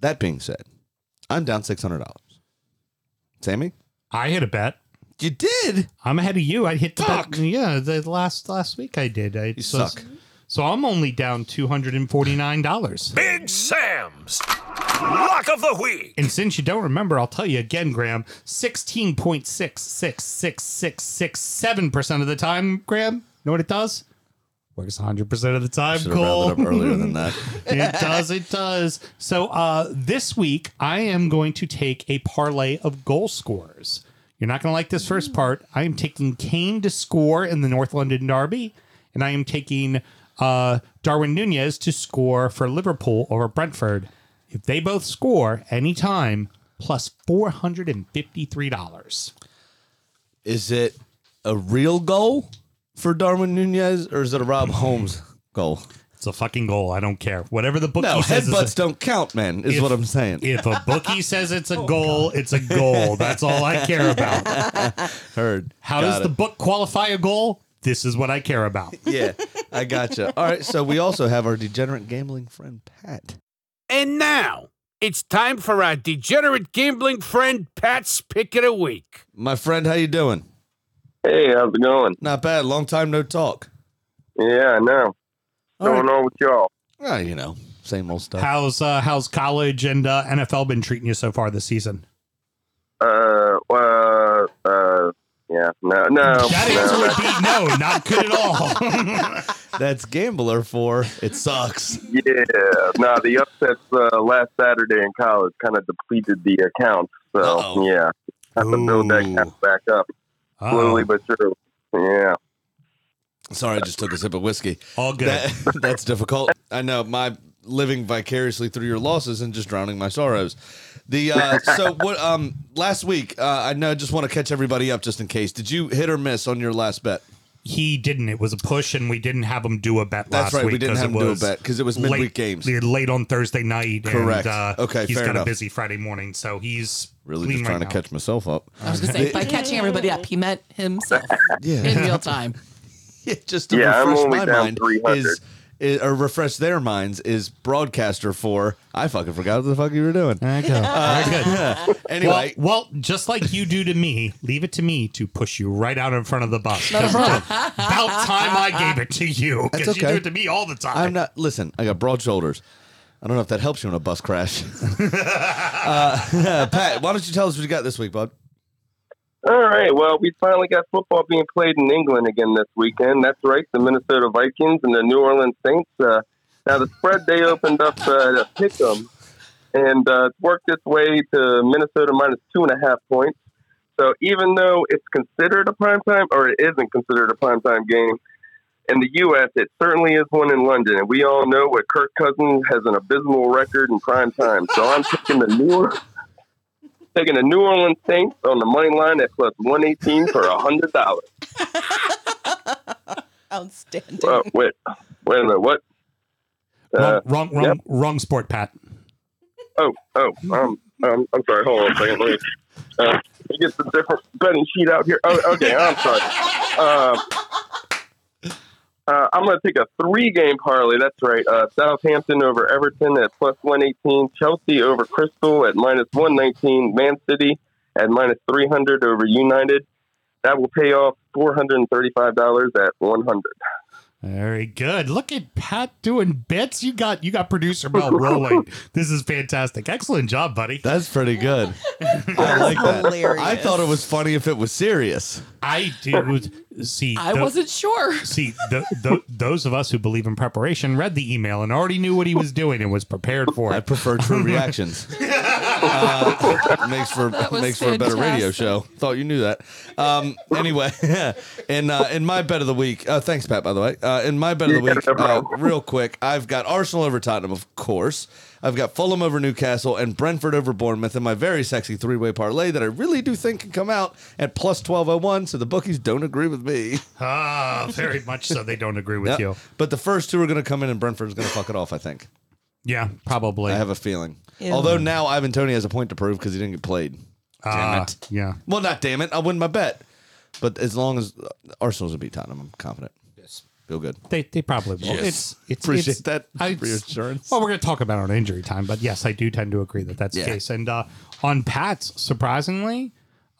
[SPEAKER 3] That being said, I'm down six hundred dollars. Sammy,
[SPEAKER 2] i hit a bet
[SPEAKER 3] you did.
[SPEAKER 2] I'm ahead of you. I hit the bet. Yeah, the last last week I did. I, you
[SPEAKER 3] suck.
[SPEAKER 2] So I'm only down two hundred and forty nine dollars.
[SPEAKER 8] Big Sam's Lock of the Week.
[SPEAKER 2] And since you don't remember, I'll tell you again, Graham. Sixteen point six six six six six seven percent of the time, Graham. Know what it does? Works hundred percent of the time.
[SPEAKER 3] Should have
[SPEAKER 2] Cole.
[SPEAKER 3] rounded up earlier than that.
[SPEAKER 2] [laughs] it does. It does. So uh, this week, I am going to take a parlay of goal scorers. You're not going to like this first part. I am taking Kane to score in the North London Derby, and I am taking uh, Darwin Nunez to score for Liverpool over Brentford. If they both score anytime, plus four hundred and fifty-three dollars.
[SPEAKER 3] [laughs] Is it a real goal for Darwin Nunez, or is it a Rob Holmes goal?
[SPEAKER 2] It's a fucking goal. I don't care. Whatever the bookie
[SPEAKER 3] No,
[SPEAKER 2] says. is a-
[SPEAKER 3] headbutts don't count, man. Is
[SPEAKER 2] If-
[SPEAKER 3] what I'm saying.
[SPEAKER 2] [laughs] If a bookie says it's a goal, it's a goal. That's all I [laughs] care about.
[SPEAKER 3] Heard.
[SPEAKER 2] How
[SPEAKER 3] Got
[SPEAKER 2] does the
[SPEAKER 3] it.
[SPEAKER 2] book qualify a goal? This is what I care about.
[SPEAKER 3] yeah, I gotcha. All right, so we also have our degenerate gambling friend Pat.
[SPEAKER 8] And now it's time for our degenerate gambling friend Pat's pick of the week.
[SPEAKER 3] My friend, how you doing?
[SPEAKER 9] Hey, how's it going?
[SPEAKER 3] Not bad. Long time no talk.
[SPEAKER 9] Yeah, I know.
[SPEAKER 3] All
[SPEAKER 9] Going on with y'all?
[SPEAKER 3] Well, you know, same old stuff.
[SPEAKER 2] How's uh, how's college and uh, NFL been treating you so far this season?
[SPEAKER 9] Uh, well, uh, Yeah. No. No.
[SPEAKER 2] That
[SPEAKER 9] no,
[SPEAKER 2] answer
[SPEAKER 9] no.
[SPEAKER 2] would be no, not good at
[SPEAKER 3] [laughs]
[SPEAKER 2] all.
[SPEAKER 3] That's Gambler for It Sucks.
[SPEAKER 9] Yeah. No. The upsets uh, last Saturday in college kind of depleted the account. So
[SPEAKER 3] Uh-oh.
[SPEAKER 9] yeah, have to build that
[SPEAKER 3] Ooh.
[SPEAKER 9] account back up slowly
[SPEAKER 2] Uh-oh.
[SPEAKER 9] but surely. Yeah.
[SPEAKER 3] Sorry, I just took a sip of whiskey.
[SPEAKER 2] All good.
[SPEAKER 3] That- [laughs] that's difficult. I know. My living vicariously through your losses and just drowning my sorrows. The uh, so what? Um, last week, uh, I know. I just want to catch everybody up, just in case. Did you hit or miss on your last bet?
[SPEAKER 2] he didn't. It was a push, and we didn't have him do a bet
[SPEAKER 3] That's
[SPEAKER 2] last
[SPEAKER 3] right, we
[SPEAKER 2] week.
[SPEAKER 3] didn't
[SPEAKER 2] 'cause
[SPEAKER 3] have
[SPEAKER 2] it
[SPEAKER 3] him do a
[SPEAKER 2] was
[SPEAKER 3] bet 'cause it was
[SPEAKER 2] late-
[SPEAKER 3] midweek games.
[SPEAKER 2] yeah, Late on Thursday night.
[SPEAKER 3] Correct.
[SPEAKER 2] And, uh,
[SPEAKER 3] Okay,
[SPEAKER 2] He's
[SPEAKER 3] fair
[SPEAKER 2] got
[SPEAKER 3] enough.
[SPEAKER 2] a busy Friday morning, so he's
[SPEAKER 3] Really,
[SPEAKER 2] clean
[SPEAKER 3] just trying
[SPEAKER 2] right
[SPEAKER 3] to
[SPEAKER 2] now.
[SPEAKER 3] catch myself up.
[SPEAKER 7] I was gonna say by catching everybody up, he meant himself in
[SPEAKER 3] [laughs] Yeah,
[SPEAKER 7] real time.
[SPEAKER 3] yeah just to
[SPEAKER 9] Yeah, I'm
[SPEAKER 3] refresh
[SPEAKER 9] only
[SPEAKER 3] my
[SPEAKER 9] down
[SPEAKER 3] mind
[SPEAKER 9] 300.
[SPEAKER 3] is, is or refresh their minds is broadcaster for. I fucking forgot what the fuck you were doing.
[SPEAKER 2] There
[SPEAKER 3] [laughs]
[SPEAKER 2] you go. Very good.
[SPEAKER 3] Anyway,
[SPEAKER 2] Well, well, just like you do to me, leave it to me to push you right out in front of the bus. Not
[SPEAKER 7] [laughs]
[SPEAKER 2] About time I gave it to you because
[SPEAKER 3] That's
[SPEAKER 2] you
[SPEAKER 3] okay.
[SPEAKER 2] do it to me all the time.
[SPEAKER 3] I'm not. Listen, I got broad shoulders. I don't know if that helps you in a bus crash. [laughs] uh, [laughs] Pat, why don't you tell us what you got this week, bud?
[SPEAKER 9] All right. Well, we finally got football being played in England again this weekend. That's right. The Minnesota Vikings and the New Orleans Saints. Uh, now, the spread they opened up uh, to pick 'em, and uh, it's worked its way to Minnesota minus two and a half points. So, even though it's considered a primetime, or it isn't considered a primetime game, in the U.S., it certainly is one in London. And we all know what Kirk Cousins has an abysmal record in prime time. So, I'm picking the New Orleans taking the New Orleans Saints on the money line at plus one eighteen for a hundred dollars.
[SPEAKER 6] Outstanding.
[SPEAKER 9] Uh, wait, wait a minute, what? Uh,
[SPEAKER 2] wrong, wrong, wrong,
[SPEAKER 9] yep.
[SPEAKER 2] wrong sport, Pat.
[SPEAKER 9] oh, oh, um, um, I'm sorry. Hold on a second. Let me, uh, let me get the different betting sheet out here. Oh, okay, I'm sorry. Uh, uh, I'm going to take a three-game parlay. That's right. Uh, Southampton over Everton at plus one eighteen. Chelsea over Crystal at minus one nineteen. Man City at minus three hundred over United. That will pay off four hundred and thirty-five dollars at one hundred.
[SPEAKER 2] Very good. Look at Pat doing bits. You got you got producer
[SPEAKER 3] [laughs]
[SPEAKER 2] Mel rolling. This is fantastic. Excellent job, buddy.
[SPEAKER 3] That's pretty good. I like that.
[SPEAKER 6] Hilarious.
[SPEAKER 3] I thought it was funny if it was serious.
[SPEAKER 2] I do see.
[SPEAKER 7] I
[SPEAKER 2] the-
[SPEAKER 7] wasn't sure.
[SPEAKER 2] See, the, the, those of us who believe in preparation read the email and already knew what he was doing and was prepared for
[SPEAKER 3] I
[SPEAKER 2] it. [laughs]
[SPEAKER 3] prefer true reactions. Uh, makes for
[SPEAKER 7] was
[SPEAKER 3] makes for a better radio
[SPEAKER 7] fantastic.
[SPEAKER 3] show. Thought you knew that. Um, anyway, [laughs] in uh, in my bet of the week, uh, thanks Pat. By the way, uh, in my bet of the
[SPEAKER 9] Yeah,
[SPEAKER 3] week,
[SPEAKER 9] no
[SPEAKER 3] uh,
[SPEAKER 9] problem.
[SPEAKER 3] real quick, I've got Arsenal over Tottenham, of course. I've got Fulham over Newcastle and Brentford over Bournemouth in my very sexy three way parlay that I really do think can come out at plus twelve oh one. So the bookies don't agree with me.
[SPEAKER 2] Ah, very much so. They don't agree with
[SPEAKER 3] Yep.
[SPEAKER 2] you.
[SPEAKER 3] But the first two are going to come in, and Brentford's going to fuck it off. I think.
[SPEAKER 2] Yeah, probably.
[SPEAKER 3] I have a feeling.
[SPEAKER 6] Ew.
[SPEAKER 3] Although now Ivan Tony has a point to prove because he didn't get played. Uh,
[SPEAKER 2] Ah, Yeah.
[SPEAKER 3] Well, not damn it. I win my bet. But as long as Arsenal's gonna beat Tottenham, I'm confident. Yes. Feel good.
[SPEAKER 2] They, they probably will. It's, it's it's-
[SPEAKER 3] Appreciate that
[SPEAKER 2] I-
[SPEAKER 3] reassurance.
[SPEAKER 2] Well, we're going to talk about it on injury time, but yes, I do tend to agree that that's
[SPEAKER 3] Yeah.
[SPEAKER 2] the case. And uh, on Pat's, surprisingly,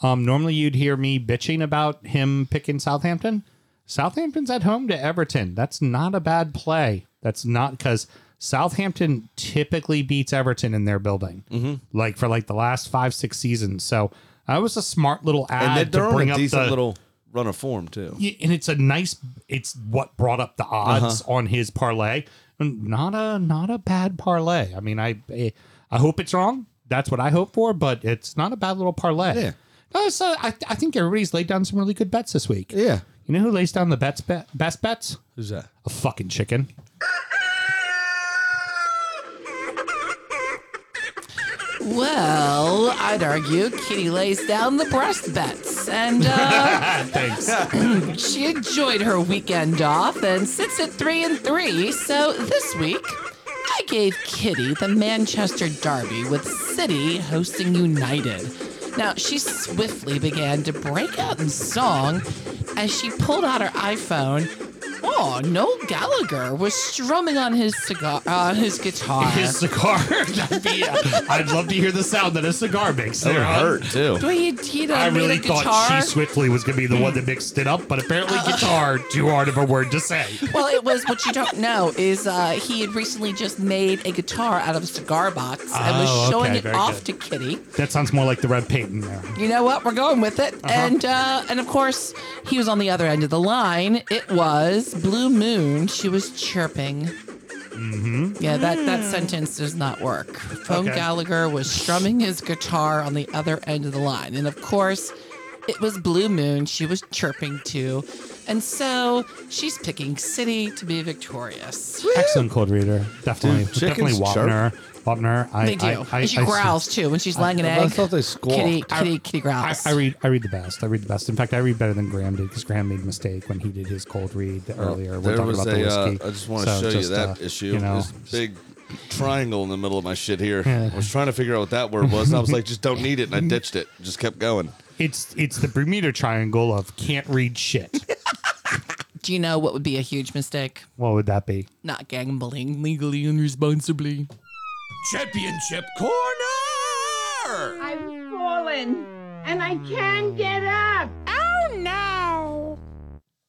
[SPEAKER 2] um, normally you'd hear me bitching about him picking Southampton. Southampton's at home to Everton. That's not a bad play. That's not because Southampton typically beats Everton in their building,
[SPEAKER 3] Mm-hmm.
[SPEAKER 2] like for like the last five six seasons. So that was a smart little
[SPEAKER 3] And
[SPEAKER 2] ad
[SPEAKER 3] they- they're
[SPEAKER 2] to
[SPEAKER 3] on
[SPEAKER 2] bring
[SPEAKER 3] a
[SPEAKER 2] up
[SPEAKER 3] decent
[SPEAKER 2] the
[SPEAKER 3] little run of form too.
[SPEAKER 2] yeah, and it's a nice it's what brought up the
[SPEAKER 3] Uh-huh.
[SPEAKER 2] odds on his parlay And not a not a bad parlay i mean i eh, i hope it's wrong that's what i hope for but it's not a bad little parlay
[SPEAKER 3] Yeah.
[SPEAKER 2] No, it's, uh, I, I think everybody's laid down some really good bets this week
[SPEAKER 3] Yeah.
[SPEAKER 2] you know who lays down the bets bet, best bets
[SPEAKER 3] Who's that?
[SPEAKER 2] a fucking
[SPEAKER 3] [laughs]
[SPEAKER 2] chicken
[SPEAKER 7] Well, I'd argue Kitty lays down the breast bets, and uh,
[SPEAKER 2] [laughs] thanks
[SPEAKER 7] she enjoyed her weekend off and sits at three and three. So this week, I gave Kitty the Manchester Derby with City hosting United. Now she swiftly began to break out in song as she pulled out her iPhone. One Oh, Noel Gallagher was strumming on his cigar on his guitar.
[SPEAKER 2] His cigar. [laughs] That'd be- uh, I'd love to hear the sound that a cigar makes.
[SPEAKER 3] That would
[SPEAKER 2] Sarah.
[SPEAKER 3] hurt too.
[SPEAKER 7] Well, he, he done
[SPEAKER 2] I
[SPEAKER 7] made
[SPEAKER 2] really
[SPEAKER 7] a
[SPEAKER 2] thought
[SPEAKER 7] guitar.
[SPEAKER 2] she swiftly was going to be the one that mixed it up, but
[SPEAKER 7] [laughs]
[SPEAKER 2] apparently guitar too hard of a word to say.
[SPEAKER 7] well, it was what you don't know is uh, he had recently just made a guitar out of a cigar box and
[SPEAKER 2] Oh,
[SPEAKER 7] was showing
[SPEAKER 2] okay,
[SPEAKER 7] it
[SPEAKER 2] very
[SPEAKER 7] off
[SPEAKER 2] good.
[SPEAKER 7] to Kitty.
[SPEAKER 2] That sounds more like the Red Peyton there.
[SPEAKER 7] You know what? We're going with it,
[SPEAKER 2] Uh-huh.
[SPEAKER 7] and uh, and of course he was on the other end of the line. It was Blue Moon. She was chirping. Mm-hmm. Yeah, that that sentence does not work. Phone
[SPEAKER 2] Okay.
[SPEAKER 7] Gallagher was strumming his guitar on the other end of the line, and of course. It was Blue Moon. She was chirping too. And so she's picking City to be victorious.
[SPEAKER 2] Excellent cold reader. Definitely,
[SPEAKER 3] Dude,
[SPEAKER 2] definitely
[SPEAKER 3] chickens chirp.
[SPEAKER 2] Wapner. Wapner. I,
[SPEAKER 7] They do.
[SPEAKER 2] I, I,
[SPEAKER 7] and she
[SPEAKER 2] I-
[SPEAKER 7] growls too when she's laying an
[SPEAKER 3] I
[SPEAKER 7] egg.
[SPEAKER 3] thought they squawked.
[SPEAKER 7] Kitty, kitty,
[SPEAKER 2] I-
[SPEAKER 7] kitty
[SPEAKER 2] I,
[SPEAKER 7] growls.
[SPEAKER 2] I read. I read the best. I read the best. In fact, I read better than Graham did because Graham made a mistake when he did his cold read earlier. We're
[SPEAKER 3] There
[SPEAKER 2] talking
[SPEAKER 3] was
[SPEAKER 2] about the
[SPEAKER 3] a, uh,
[SPEAKER 2] whiskey.
[SPEAKER 3] I just want to
[SPEAKER 2] So
[SPEAKER 3] show
[SPEAKER 2] just,
[SPEAKER 3] you that
[SPEAKER 2] uh,
[SPEAKER 3] issue.
[SPEAKER 2] You know,
[SPEAKER 3] this big triangle in the middle of my shit here. I was trying to figure out what that word was, and I was like, just don't need it, and I ditched it. Just kept going.
[SPEAKER 2] it's it's the Bermuda Triangle of can't read shit.
[SPEAKER 3] [laughs]
[SPEAKER 7] Do you know what would be a huge mistake?
[SPEAKER 2] what would that be?
[SPEAKER 7] Not gambling legally and responsibly.
[SPEAKER 8] Championship corner.
[SPEAKER 5] I've fallen, and I can't get up. Oh no!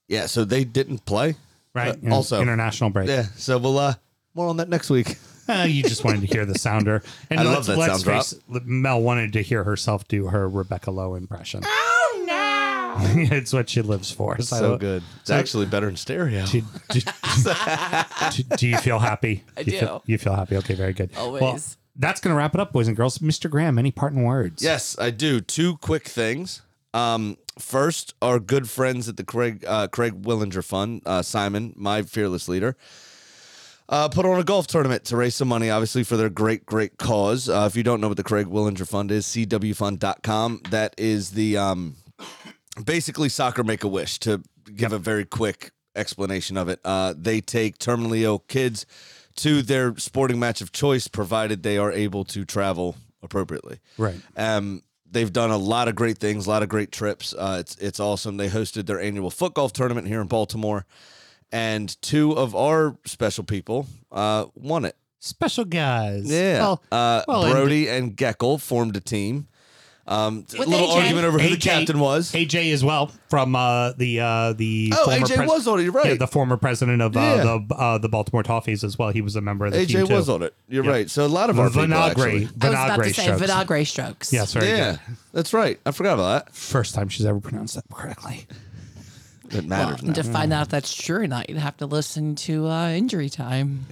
[SPEAKER 3] Yeah, so they didn't play.
[SPEAKER 2] Right.
[SPEAKER 3] Uh, also-
[SPEAKER 2] international break.
[SPEAKER 3] Yeah, so we'll uh more on that next week.
[SPEAKER 2] Uh, you just wanted to hear the
[SPEAKER 3] [laughs]
[SPEAKER 2] sounder. And
[SPEAKER 3] I
[SPEAKER 2] let's,
[SPEAKER 3] love that
[SPEAKER 2] let's
[SPEAKER 3] sound drop.
[SPEAKER 2] face it, Mel wanted to hear herself do her Rebecca Lowe impression.
[SPEAKER 5] Oh no!
[SPEAKER 2] [laughs] it's what she lives for.
[SPEAKER 3] So good. It's
[SPEAKER 2] so-
[SPEAKER 3] actually better in stereo.
[SPEAKER 2] Do,
[SPEAKER 3] [laughs]
[SPEAKER 2] do- do- do you feel happy?
[SPEAKER 7] I
[SPEAKER 2] you Feel,
[SPEAKER 7] do.
[SPEAKER 2] you feel happy? Okay, very good. Well,
[SPEAKER 7] Always.
[SPEAKER 2] that's going to wrap it up, boys and girls. Mr. Graham, any parting words?
[SPEAKER 3] Yes, I do. Two quick things. Um, first, our good friends at the Craig uh, Craig Willinger Fund, uh, Simon, my fearless leader, uh, put on a golf tournament to raise some money, obviously, for their great, great cause. Uh, if you don't know what the Craig Willinger Fund is, cwfund.com. That is the um, basically soccer make a wish to give a very quick explanation of it uh, they take terminally ill kids to their sporting match of choice provided they are able to travel appropriately
[SPEAKER 2] Right.
[SPEAKER 3] um, they've done a lot of great things, a lot of great trips. Uh, it's it's awesome. They hosted their annual foot golf tournament here in Baltimore, and two of our special people uh, won it.
[SPEAKER 2] Special guys. Well,
[SPEAKER 3] uh,
[SPEAKER 2] well, and-
[SPEAKER 3] Brody and Geckel formed a team. Um, a
[SPEAKER 7] With
[SPEAKER 3] little
[SPEAKER 7] AJ.
[SPEAKER 3] argument over who the
[SPEAKER 2] AJ
[SPEAKER 3] captain was.
[SPEAKER 2] AJ as well from uh, the uh, the
[SPEAKER 3] Oh,
[SPEAKER 2] former
[SPEAKER 3] AJ was on it. You're
[SPEAKER 2] Yeah,
[SPEAKER 3] right.
[SPEAKER 2] the former president of uh,
[SPEAKER 3] Yeah.
[SPEAKER 2] the uh, the Baltimore Toffees as well. He was a member of the team
[SPEAKER 3] AJ
[SPEAKER 2] too.
[SPEAKER 3] was on it. You're
[SPEAKER 2] Yeah.
[SPEAKER 3] right. So a lot of our people
[SPEAKER 2] Vinagre.
[SPEAKER 3] actually.
[SPEAKER 7] I was about
[SPEAKER 2] Vinagre
[SPEAKER 7] to say
[SPEAKER 2] strokes.
[SPEAKER 7] Vinagre strokes.
[SPEAKER 2] Yes, very
[SPEAKER 3] Yeah,
[SPEAKER 2] good.
[SPEAKER 3] that's right. I forgot about
[SPEAKER 2] First time she's ever pronounced that correctly. [laughs]
[SPEAKER 3] that. It
[SPEAKER 7] Well,
[SPEAKER 3] matters
[SPEAKER 7] and
[SPEAKER 3] now.
[SPEAKER 7] to
[SPEAKER 2] Mm.
[SPEAKER 7] find out if that's true or not, you'd have to listen to uh, Injury Time.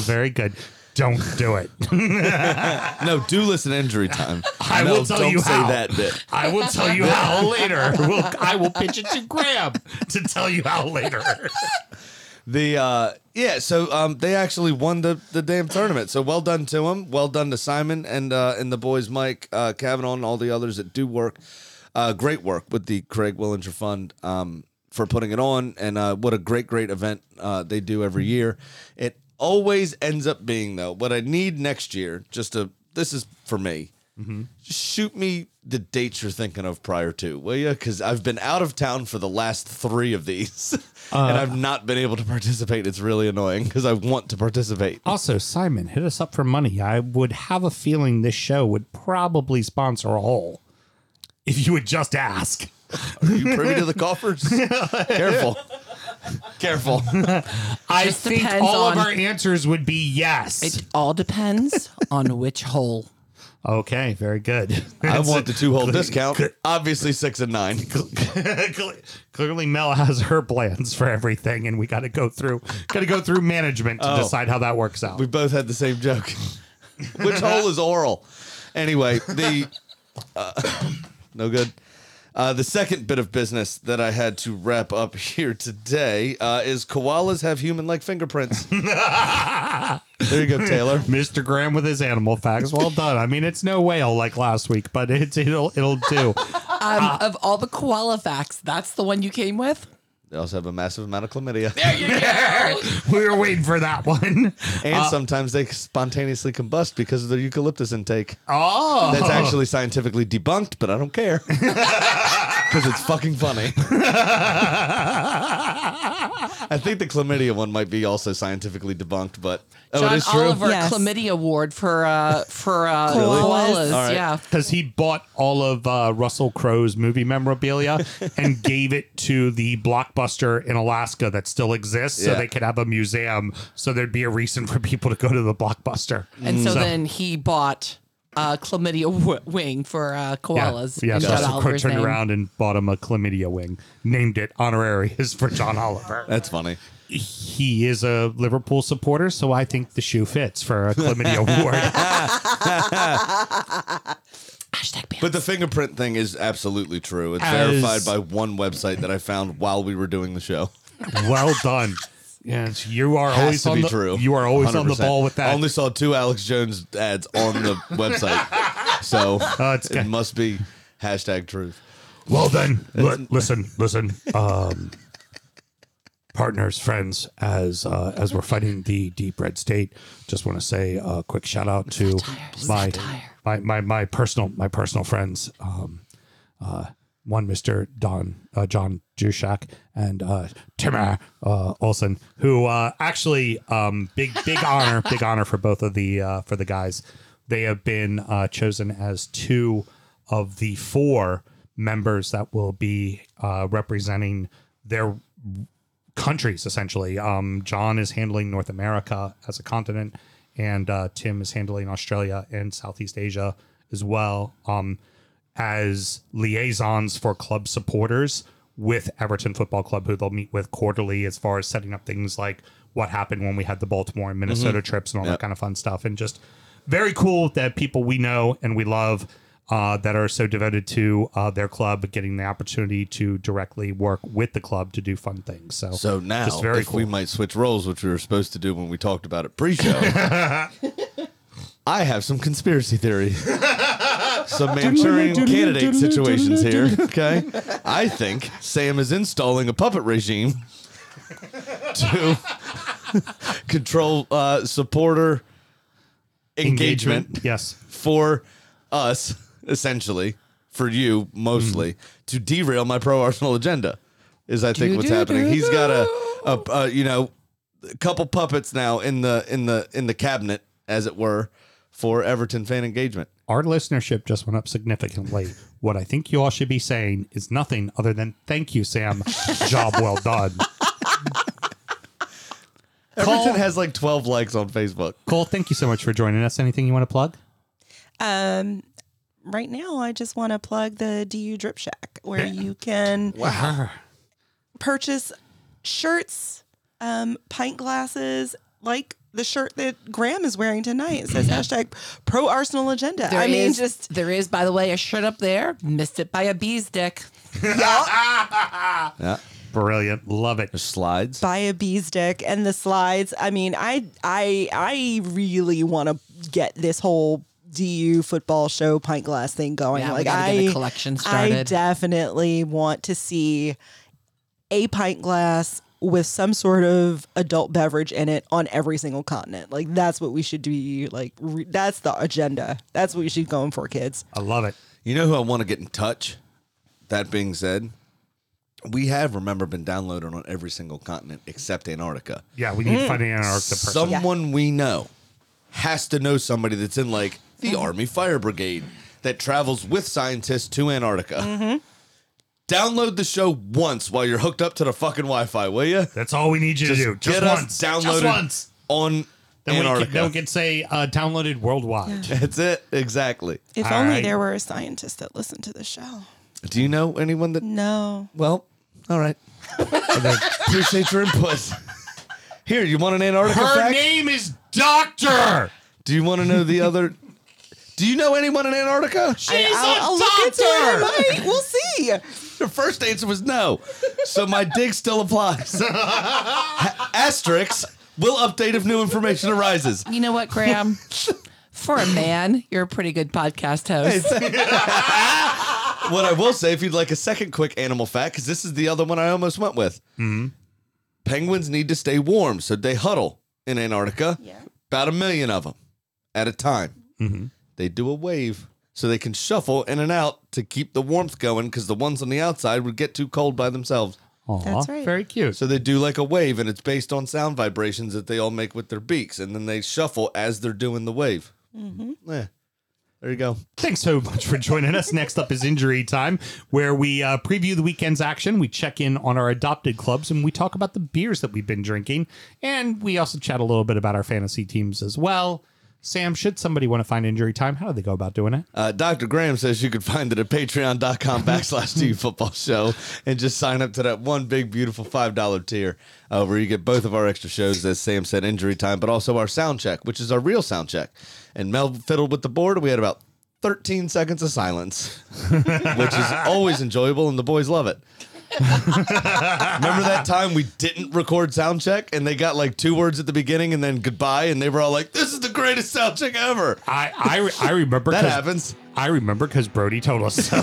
[SPEAKER 2] very good. Don't do it.
[SPEAKER 3] No, do listen to injury time.
[SPEAKER 2] [laughs] I
[SPEAKER 3] No,
[SPEAKER 2] will tell
[SPEAKER 3] don't
[SPEAKER 2] you
[SPEAKER 3] say
[SPEAKER 2] how.
[SPEAKER 3] that bit.
[SPEAKER 2] I will tell you
[SPEAKER 3] [laughs]
[SPEAKER 2] how later. We'll, I will pitch it to Graham to tell you how later.
[SPEAKER 3] The uh yeah, so um they actually won the the damn tournament. So well done to them. Well done to Simon and uh and the boys Mike uh Kavanaugh and all the others that do work. Uh great work with the Craig Willinger Fund um for putting it on and uh what a great great event uh they do every year. It always ends up being though what I need next year just to this is for me. Just shoot me the dates you're thinking of prior to, will you? Because I've been out of town for the last three of these, [laughs] and I've not been able to participate. It's really annoying because I want to participate.
[SPEAKER 2] Also, Simon, hit us up for money. I would have a feeling this show would probably sponsor a whole if you would just ask.
[SPEAKER 3] Are you privy to the coffers? Careful. Careful.
[SPEAKER 2] I
[SPEAKER 7] Just
[SPEAKER 2] think
[SPEAKER 7] depends
[SPEAKER 2] all of
[SPEAKER 7] on-
[SPEAKER 2] our answers would be yes.
[SPEAKER 7] It all depends [laughs] on which hole.
[SPEAKER 2] okay, very good.
[SPEAKER 3] I want the two hole discount. Obviously, six and nine.
[SPEAKER 2] Cle- clearly Mel has her plans for everything and we got to go through got to go through management to
[SPEAKER 3] Oh.
[SPEAKER 2] decide how that works out.
[SPEAKER 3] We both had the same joke. Which hole is oral? Anyway, the uh, [coughs] no good. Uh, the second bit of business that I had to wrap up here today uh, is koalas have human-like fingerprints. there you go, Taylor.
[SPEAKER 2] Mr. Graham with his animal facts. Well done. I mean, it's no whale like last week, but it's, it'll it'll do.
[SPEAKER 7] Um,
[SPEAKER 2] Ah.
[SPEAKER 7] of all the koala facts, that's the one you came with?
[SPEAKER 3] They also have a massive amount of chlamydia,
[SPEAKER 2] we were waiting for that one.
[SPEAKER 3] and sometimes they spontaneously combust because of their eucalyptus intake.
[SPEAKER 2] Oh,
[SPEAKER 3] [laughs] That's actually scientifically debunked, but I don't care. because it's fucking funny. I think the chlamydia one might be also scientifically debunked, but oh,
[SPEAKER 7] John
[SPEAKER 3] it is true.
[SPEAKER 7] Oliver
[SPEAKER 6] Yes.
[SPEAKER 7] chlamydia award for uh for uh
[SPEAKER 6] Really?
[SPEAKER 7] koalas.
[SPEAKER 3] All right.
[SPEAKER 7] Yeah.
[SPEAKER 2] because he bought all of uh, Russell Crowe's movie memorabilia and gave it to the blockbuster in Alaska that still exists, so
[SPEAKER 3] Yeah.
[SPEAKER 2] they could have a museum. So there'd be a reason for people to go to the blockbuster.
[SPEAKER 7] And so, then he bought uh chlamydia w- wing for uh koalas.
[SPEAKER 2] yeah,
[SPEAKER 7] in
[SPEAKER 2] yeah.
[SPEAKER 7] John
[SPEAKER 2] Russell Crowe
[SPEAKER 7] Oliver's
[SPEAKER 2] turned
[SPEAKER 7] name.
[SPEAKER 2] around and bought him a chlamydia wing, named it honorarius for John
[SPEAKER 3] [laughs]
[SPEAKER 2] Oliver.
[SPEAKER 3] That's funny.
[SPEAKER 2] He is a Liverpool supporter, so I think the shoe fits for a chlamydia [laughs] award.
[SPEAKER 7] Hashtag ban.
[SPEAKER 3] But the fingerprint thing is absolutely true. It's
[SPEAKER 2] As-
[SPEAKER 3] verified by one website that I found while we were doing the show.
[SPEAKER 2] well done. Yes, you are
[SPEAKER 3] Has
[SPEAKER 2] always
[SPEAKER 3] to
[SPEAKER 2] on
[SPEAKER 3] be
[SPEAKER 2] the
[SPEAKER 3] true.
[SPEAKER 2] you are always on the
[SPEAKER 3] 100%.
[SPEAKER 2] ball with that.
[SPEAKER 3] I only saw two Alex Jones ads
[SPEAKER 2] [laughs]
[SPEAKER 3] on the website, so
[SPEAKER 2] Uh, it's
[SPEAKER 3] it
[SPEAKER 2] good.
[SPEAKER 3] must be hashtag truth.
[SPEAKER 2] Well
[SPEAKER 3] [laughs]
[SPEAKER 2] then, li- listen, listen, um, partners, friends, as uh, as we're fighting the deep red state, just want to say a quick shout out to my, my my my personal my personal friends. Um, uh, one Mister Don uh, John Dushak and uh, Timmer uh, Olson, who uh, actually um, big big [laughs] honor big honor for both of the uh, for the guys. They have been uh, chosen as two of the four members that will be uh, representing their countries essentially. Um, John is handling North America as a continent, and uh, Tim is handling Australia and Southeast Asia as well um, as liaisons for club supporters with Everton Football Club, who they'll meet with quarterly as far as setting up things like what happened when we had the Baltimore and Minnesota trips and all that kind of fun stuff, and just very cool that people we know and we love uh, that are so devoted to uh, their club getting the opportunity to directly work with the club to do fun things. So,
[SPEAKER 3] So now,
[SPEAKER 2] just very
[SPEAKER 3] if
[SPEAKER 2] cool.
[SPEAKER 3] we might switch roles, which we were supposed to do when we talked about
[SPEAKER 2] [laughs]
[SPEAKER 3] it pre-show, I have some
[SPEAKER 2] [laughs]
[SPEAKER 3] conspiracy theory, some Manchurian candidate situations here. Okay, I think Sam is installing a puppet regime
[SPEAKER 2] [laughs]
[SPEAKER 3] to control uh, supporter engagement
[SPEAKER 2] [laughs] yes,
[SPEAKER 3] for us, essentially, for you mostly, to derail my pro Arsenal agenda. Is I think what's happening. He's got a, a, a you know, a couple puppets now in the in the in the cabinet, as it were, for Everton fan engagement.
[SPEAKER 2] our listenership just went up significantly. What I think you all should be saying is nothing other than "Thank you, Sam. Job well done."
[SPEAKER 3] Everton has like twelve likes on Facebook.
[SPEAKER 2] Cole, thank you so much for joining us. Anything you want to plug?
[SPEAKER 6] Um, right now, I just want to plug the DU Drip Shack where you can purchase shirts, um, pint glasses, like the shirt that Graham is wearing tonight. It says
[SPEAKER 3] Mm-hmm.
[SPEAKER 6] hashtag pro Arsenal agenda.
[SPEAKER 7] There
[SPEAKER 6] I mean,
[SPEAKER 7] is-
[SPEAKER 6] just
[SPEAKER 7] there is, by the way, a shirt up there. Missed it by a bee's dick.
[SPEAKER 2] Brilliant, love it.
[SPEAKER 3] Slides.
[SPEAKER 6] buy a bee's dick and the slides. I mean, I I I really want to get this whole DU football show pint glass thing going.
[SPEAKER 7] Yeah, we
[SPEAKER 6] like
[SPEAKER 7] gotta
[SPEAKER 6] I
[SPEAKER 7] get a collection
[SPEAKER 6] I
[SPEAKER 7] started.
[SPEAKER 6] definitely want to see a pint glass with some sort of adult beverage in it on every single continent. Like that's what we should be like re- that's the agenda. That's what we should be going for kids.
[SPEAKER 2] I love it.
[SPEAKER 3] You know who I want to get in touch? That being said, we have remember been downloaded on every single continent except Antarctica.
[SPEAKER 2] Yeah, we need to
[SPEAKER 3] Mm.
[SPEAKER 2] find an Antarctica person.
[SPEAKER 3] someone we know has to know somebody that's in like the
[SPEAKER 6] Mm-hmm.
[SPEAKER 3] Army Fire Brigade that travels with scientists to Antarctica.
[SPEAKER 6] Mm-hmm.
[SPEAKER 3] Download the show once while you're hooked up to the fucking Wi-Fi, will you?
[SPEAKER 2] That's all we need you to do. Just
[SPEAKER 3] get
[SPEAKER 2] once.
[SPEAKER 3] us downloaded
[SPEAKER 2] Just once.
[SPEAKER 3] on
[SPEAKER 2] Then we
[SPEAKER 3] Antarctica.
[SPEAKER 2] can, then we can say uh, downloaded worldwide.
[SPEAKER 3] that's it, exactly.
[SPEAKER 6] If
[SPEAKER 2] All
[SPEAKER 6] only
[SPEAKER 2] right.
[SPEAKER 6] there were a scientist that listened to the show.
[SPEAKER 3] Do you know anyone that?
[SPEAKER 6] No.
[SPEAKER 3] Well, all right. [laughs] Appreciate your
[SPEAKER 6] [laughs]
[SPEAKER 3] input. Here, you want an Antarctica
[SPEAKER 2] Her
[SPEAKER 3] fact?
[SPEAKER 2] name is Doctor.
[SPEAKER 3] Do you want to know the other? Do you know anyone in Antarctica?
[SPEAKER 2] She's
[SPEAKER 6] I'll, I'll look into it tonight. We'll see.
[SPEAKER 3] Your first answer was no. So my dig still applies. A- Asterix will update if new information arises.
[SPEAKER 7] You know what, Graham? For a man, you're a pretty good podcast host.
[SPEAKER 3] What I will say, if you'd like a second quick animal fact, because this is the other one I almost went with. Penguins need to stay warm, so they huddle in Antarctica.
[SPEAKER 6] Yeah.
[SPEAKER 3] About a million of them at a time. They do a wave so they can shuffle in and out to keep the warmth going because the ones on the outside would get too cold by themselves.
[SPEAKER 6] That's right.
[SPEAKER 2] Very cute.
[SPEAKER 3] So they do like a wave, and it's based on sound vibrations that they all make with their beaks, and then they shuffle as they're doing the wave. Yeah. There you go.
[SPEAKER 2] Thanks so much for joining us. Next up is Injury Time, where we uh, preview the weekend's action. We check in on our adopted clubs and we talk about the beers that we've been drinking. And we also chat a little bit about our fantasy teams as well. Sam, should somebody want to find Injury Time, how do they go about doing it?
[SPEAKER 3] Uh, Dr. Graham says you could find it at patreon.com backslash TV football show and just sign up to that one big, beautiful $5 tier uh, where you get both of our extra shows, as Sam said, injury time, but also our sound check, which is our real sound check. And Mel fiddled with the board. We had about 13 seconds of silence, which is always enjoyable, and the boys love it. Remember that time we didn't record sound check and they got like two words at the beginning and then goodbye, and they were all like, This is the greatest sound check ever.
[SPEAKER 2] I, I, re- I remember
[SPEAKER 3] That
[SPEAKER 2] 'cause-
[SPEAKER 3] happens.
[SPEAKER 2] I remember because Brody told us so.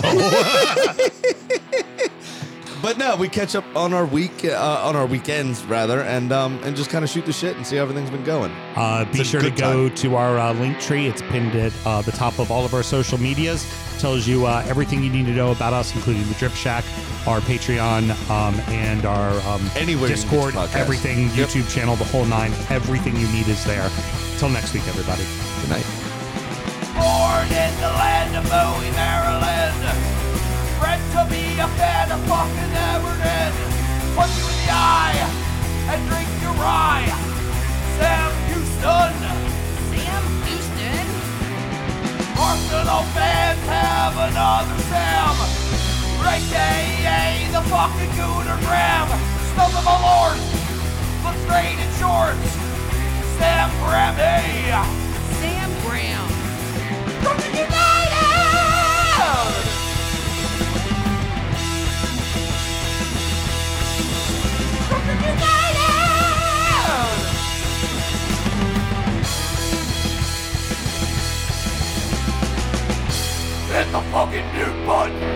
[SPEAKER 3] But no, we catch up on our week, uh, on our weekends rather, and um, and just kind of shoot the shit and see how everything's been going.
[SPEAKER 2] Uh, be
[SPEAKER 3] It's a
[SPEAKER 2] sure to
[SPEAKER 3] good
[SPEAKER 2] go to our uh, link tree. It's pinned at uh, the top of all of our social medias. Tells you uh, everything you need to know about us, including the Drip Shack, our Patreon, um, and our um,
[SPEAKER 3] Anywhere you can get
[SPEAKER 2] Discord,
[SPEAKER 3] your podcast.
[SPEAKER 2] everything,
[SPEAKER 3] Yep.
[SPEAKER 2] YouTube channel, the whole nine. Everything you need is there. Till next week, everybody.
[SPEAKER 3] Good night.
[SPEAKER 4] Born in the land of Bowie, Maryland. Bred to be a fan of fucking Everton. Punch you in the eye and drink your rye. Sam Houston. Sam Houston? Arsenal fans have another Sam. Right AA, the fucking Gooner Graham. Stump of a lord. Look straight in shorts. Sam Grammy. Sam Graham. Brooklyn United! Brooklyn United! Hit the fucking mute button!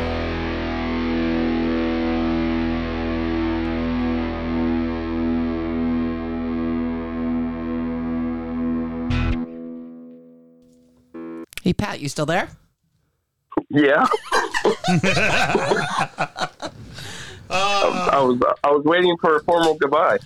[SPEAKER 7] Hey, Pat, you still there?
[SPEAKER 9] Yeah. I was I was waiting for a formal goodbye.